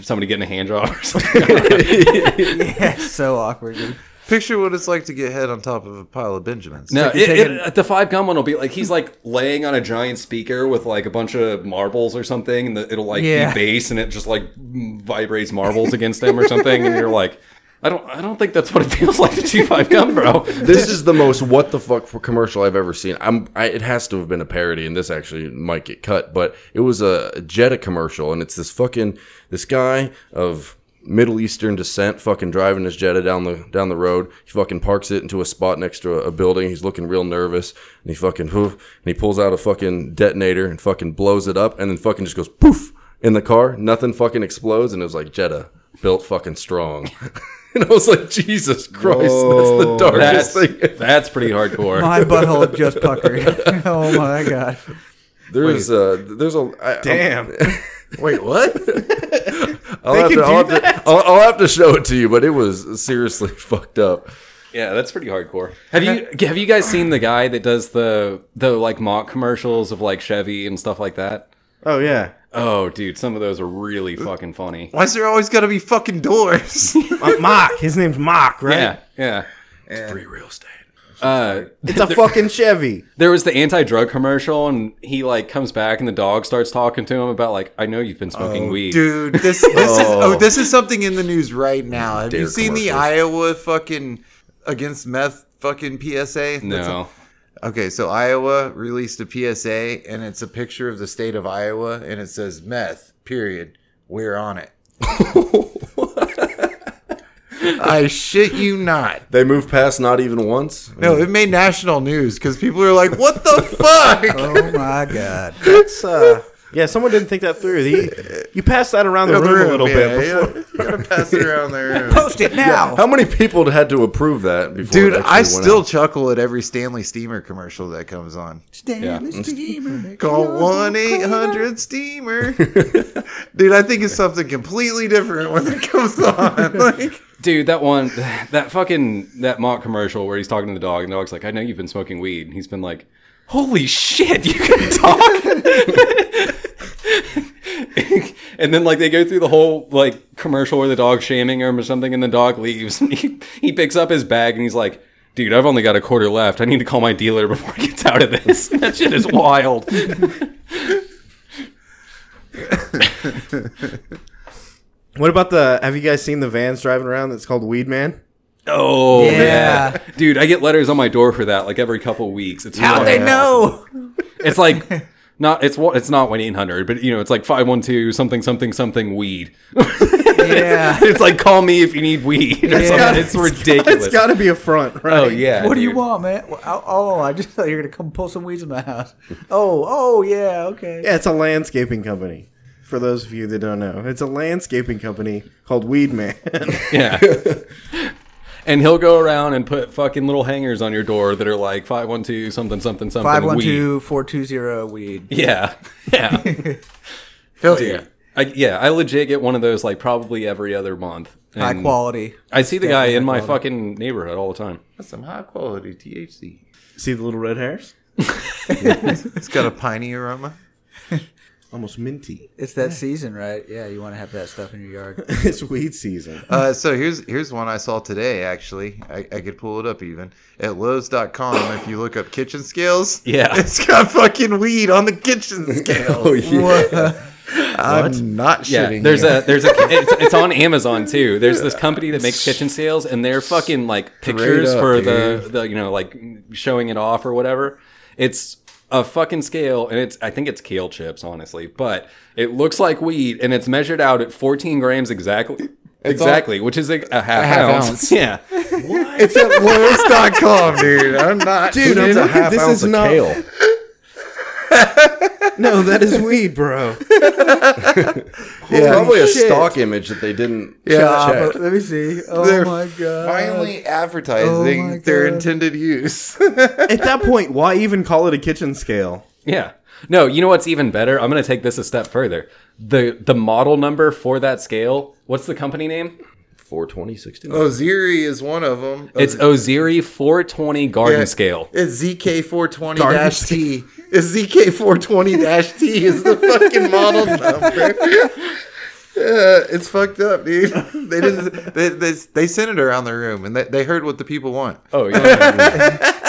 somebody getting a hand job or something. *laughs*
Yeah, it's so awkward, dude.
Picture what it's like to get head on top of a pile of Benjamins.
no,
like
it,
you're
it-
taking-
the five gum one will be like he's like laying on a giant speaker with like a bunch of marbles or something, and the, it'll like
Yeah.
be bass, and it just like vibrates marbles against him or something, and you're like. I don't. I don't think that's what it feels like to chew five gum, bro.
This is the most what the fuck for commercial I've ever seen. I'm I, it has to have been a parody, and this actually might get cut, but it was a Jetta commercial, and it's this fucking this guy of Middle Eastern descent, fucking driving his Jetta down the down the road. He fucking parks it into a spot next to a, a building. He's looking real nervous, and he fucking poof, and he pulls out a fucking detonator and fucking blows it up, and then fucking just goes poof in the car. Nothing fucking explodes, and it was like Jetta built fucking strong. *laughs* And I was like, Jesus Christ, that's the
That's
darkest thing thing.
that's pretty hardcore.
My butthole just puckered. *laughs* oh my god.
*laughs* There's uh, there's a I,
*laughs* Damn.
Wait, *laughs* what?
I'll, I'll have
can
to,
do
I'll, have to I'll, I'll have to show it to you, but it was seriously *laughs* fucked up.
Yeah, that's pretty hardcore. Have you have you guys seen the guy that does the the like mock commercials of like Chevy and stuff like that?
Oh yeah.
Oh, dude, some of those are really fucking funny.
Why's there always gotta be fucking doors?
Uh, Mock. His name's Mock, right?
Yeah, yeah.
Free real estate.
Uh,
It's a *laughs* fucking Chevy.
there was the anti-drug commercial, and he like comes back, and the dog starts talking to him about like, I know you've been smoking weed.
Oh, Dude, this this is oh this is something in the news right now. Have you
Dare
seen the
commercials.
Iowa fucking against meth fucking PSA? That's-
No,
Okay, so Iowa released a PSA and it's a picture of the state of Iowa and it says meth, period. We're on it. I shit you not.
They moved past not even once.
No, it made national news because people are like, "What the fuck?"
Oh my god.
That's uh. Yeah, someone didn't think that through. He, you passed that around the room a little bit.
Yeah,
Before.
yeah. *laughs* You gotta pass it around the room.
Post it now.
How many people had to approve that before?
Dude,
it actually
I
went
still
out?
chuckle at every Stanley Steamer commercial that comes on.
Stanley Steamer.
Call one eight hundred Steamer. Dude, I think it's something completely different when it comes *laughs* on. Like,
dude, that one, *laughs* that fucking that mock commercial where he's talking to the dog, and the dog's like, I know you've been smoking weed, and he's been like, Holy shit, you can talk. *laughs* and then like they go through the whole *laughs* like commercial where the dog's shaming him or something, and the dog leaves, and he, he picks up his bag and he's like. dude, I've only got a quarter left. I need to call my dealer before it gets out of this. *laughs* that shit is wild.
What about the? Have you guys seen the vans driving around? That's called Weed Man.
Oh
Yeah.
man. dude, I get letters on my door for that like every couple weeks. It's
How'd they
wild.
know?
It's like not it's wa- it's not one eight hundred, but you know it's like five one two something something something weed.
Yeah.
*laughs*
*laughs*
it's like call me if you need weed. Or
Yeah.
something.
*laughs*
It's ridiculous.
It's got to be a front, right?
oh yeah.
What do you
dude.
want, man? Well, I- Oh, I just thought you were gonna come pull some weeds in my house. Oh, oh yeah, okay.
Yeah, it's a landscaping company. For those of you that don't know, it's a landscaping company called Weed Man. *laughs*
Yeah. *laughs* And he'll go around and put fucking little hangers on your door that are like five one two something something something.
Five one
weed.
two four two zero weed.
Yeah,
*laughs*
yeah,
Hell
yeah. I, yeah, I legit get one of those like probably every other month.
High
And
quality.
I see the guy in my fucking neighborhood all the time.
That's some high quality THC.
See the little red hairs?
It's got a piney aroma.
Almost minty. *laughs*
It's that season, right? Yeah, you want to have that stuff in your yard.
it's weed season.
Uh, so here's here's one I saw today. Actually, I, I could pull it up even at Lowe's.com. if you look up kitchen scales,
Yeah.
it's got fucking weed on the kitchen *laughs* scale.
Oh yeah.
I'm not
Yeah,
shitting.
there's
you.
a there's a it's, it's on Amazon too. There's this company that makes kitchen sales, and they're fucking like pictures
up,
for the the you know like showing it off or whatever. It's a fucking scale, and it's I think it's kale chips, honestly, but it looks like weed, and it's measured out at 14 grams exactly. Exactly, which is like a half,
half
ounce. *laughs*
ounce.
Yeah,
it's at Lowe's.com, dude. I'm not.
Dude,
shitting.
That's a
look at-
half
this
ounce
is
of
not-
kale.
no, that is weed, *laughs* bro.
Yeah.
Probably a
shit.
stock image that they didn't
Yeah,
check.
let me see. Oh
They're
my god.
finally
Oh my
advertising their
God.
intended use. *laughs*
At that point, why even call it a kitchen scale?
yeah. No, you know what's even better? I'm gonna take this a step further. the The model number for that scale. What's the company name?
420, 60.
Oh, Oziri is one of them.
It's Oziri 420 Garden Scale.
It's ZK420-T. It's ZK420-T is the fucking model number. Yeah, it's fucked up, dude. They just they, they, they sent it around the room and they, they heard what the people want.
Oh *laughs* yeah.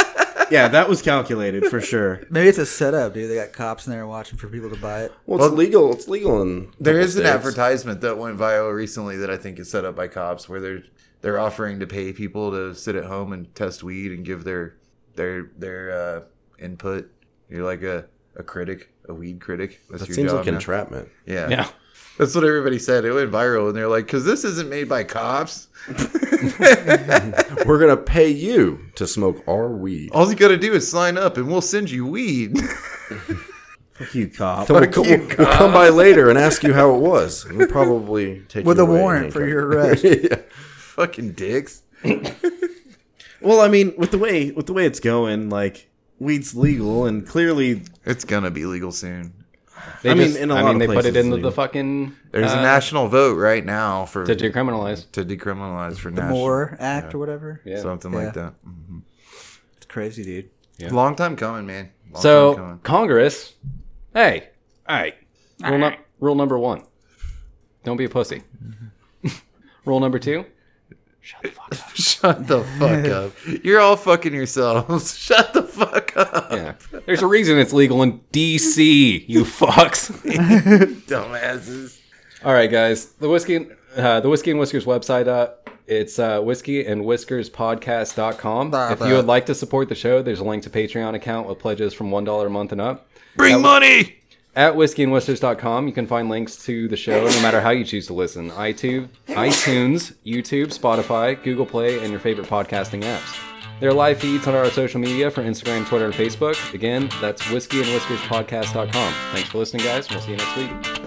Yeah, that was calculated for sure.
Maybe it's a setup, dude. They got cops in there watching for people to buy it.
Well, it's legal. It's legal in
There
couple
is an
states.
advertisement that went viral recently that I think is set up by cops where they're they're offering to pay people to sit at home and test weed and give their their their uh, input. You're like a, a critic, a weed critic. That's
That
your
seems
job
like
now.
entrapment.
Yeah.
yeah.
That's what everybody said. It went viral, and they're like, "Cause this isn't made by cops.
We're gonna pay you to smoke our weed.
All you gotta do is sign up, and we'll send you weed."
*laughs*
*laughs*
Fuck you, cop.
Then we'll, co-
you,
we'll come by later and ask you how it was. We'll probably take
With
you
a
away and
warrant for
handcuff
your arrest.
you. *laughs* yeah.
Fucking dicks.
Well, I mean, with the way with the way it's going, like weed's legal, and clearly
It's gonna be legal soon.
They
I mean,
just,
in a
I
lot
mean,
of
they put
places
it into
they do.
the fucking
There's a national vote right now for
to decriminalize.
to decriminalize for
The
national
Moore Act or whatever.
Yeah.
something like that. Mhm.
It's crazy, dude.
Yeah.
Long time coming, man. Long time
So
coming. *laughs*
Congress, hey, all right. Rule, nu- rule number one: don't be a pussy. *laughs* rule number two:
shut the
*laughs*
fuck up. You're all fucking yourselves. *laughs* Shut the fuck up,
yeah. There's a reason it's legal in D.C. You fucks.
dumbasses.
all right, guys. The whiskey, uh, the whiskey and whiskers website. Uh, it's uh, whiskey and whiskers podcast.com. If you would like to support the show, there's a link to Patreon account with pledges from one dollar a month and up.
Bring money.
At whiskeyandwhisters.com, you can find links to the show no matter how you choose to listen iTunes, iTunes, YouTube, Spotify, Google Play, and your favorite podcasting apps. There are live feeds on our social media for Instagram, Twitter, and Facebook. Again, that's whiskeyandwhiskerspodcast.com. Thanks for listening, guys. and We'll see you next week.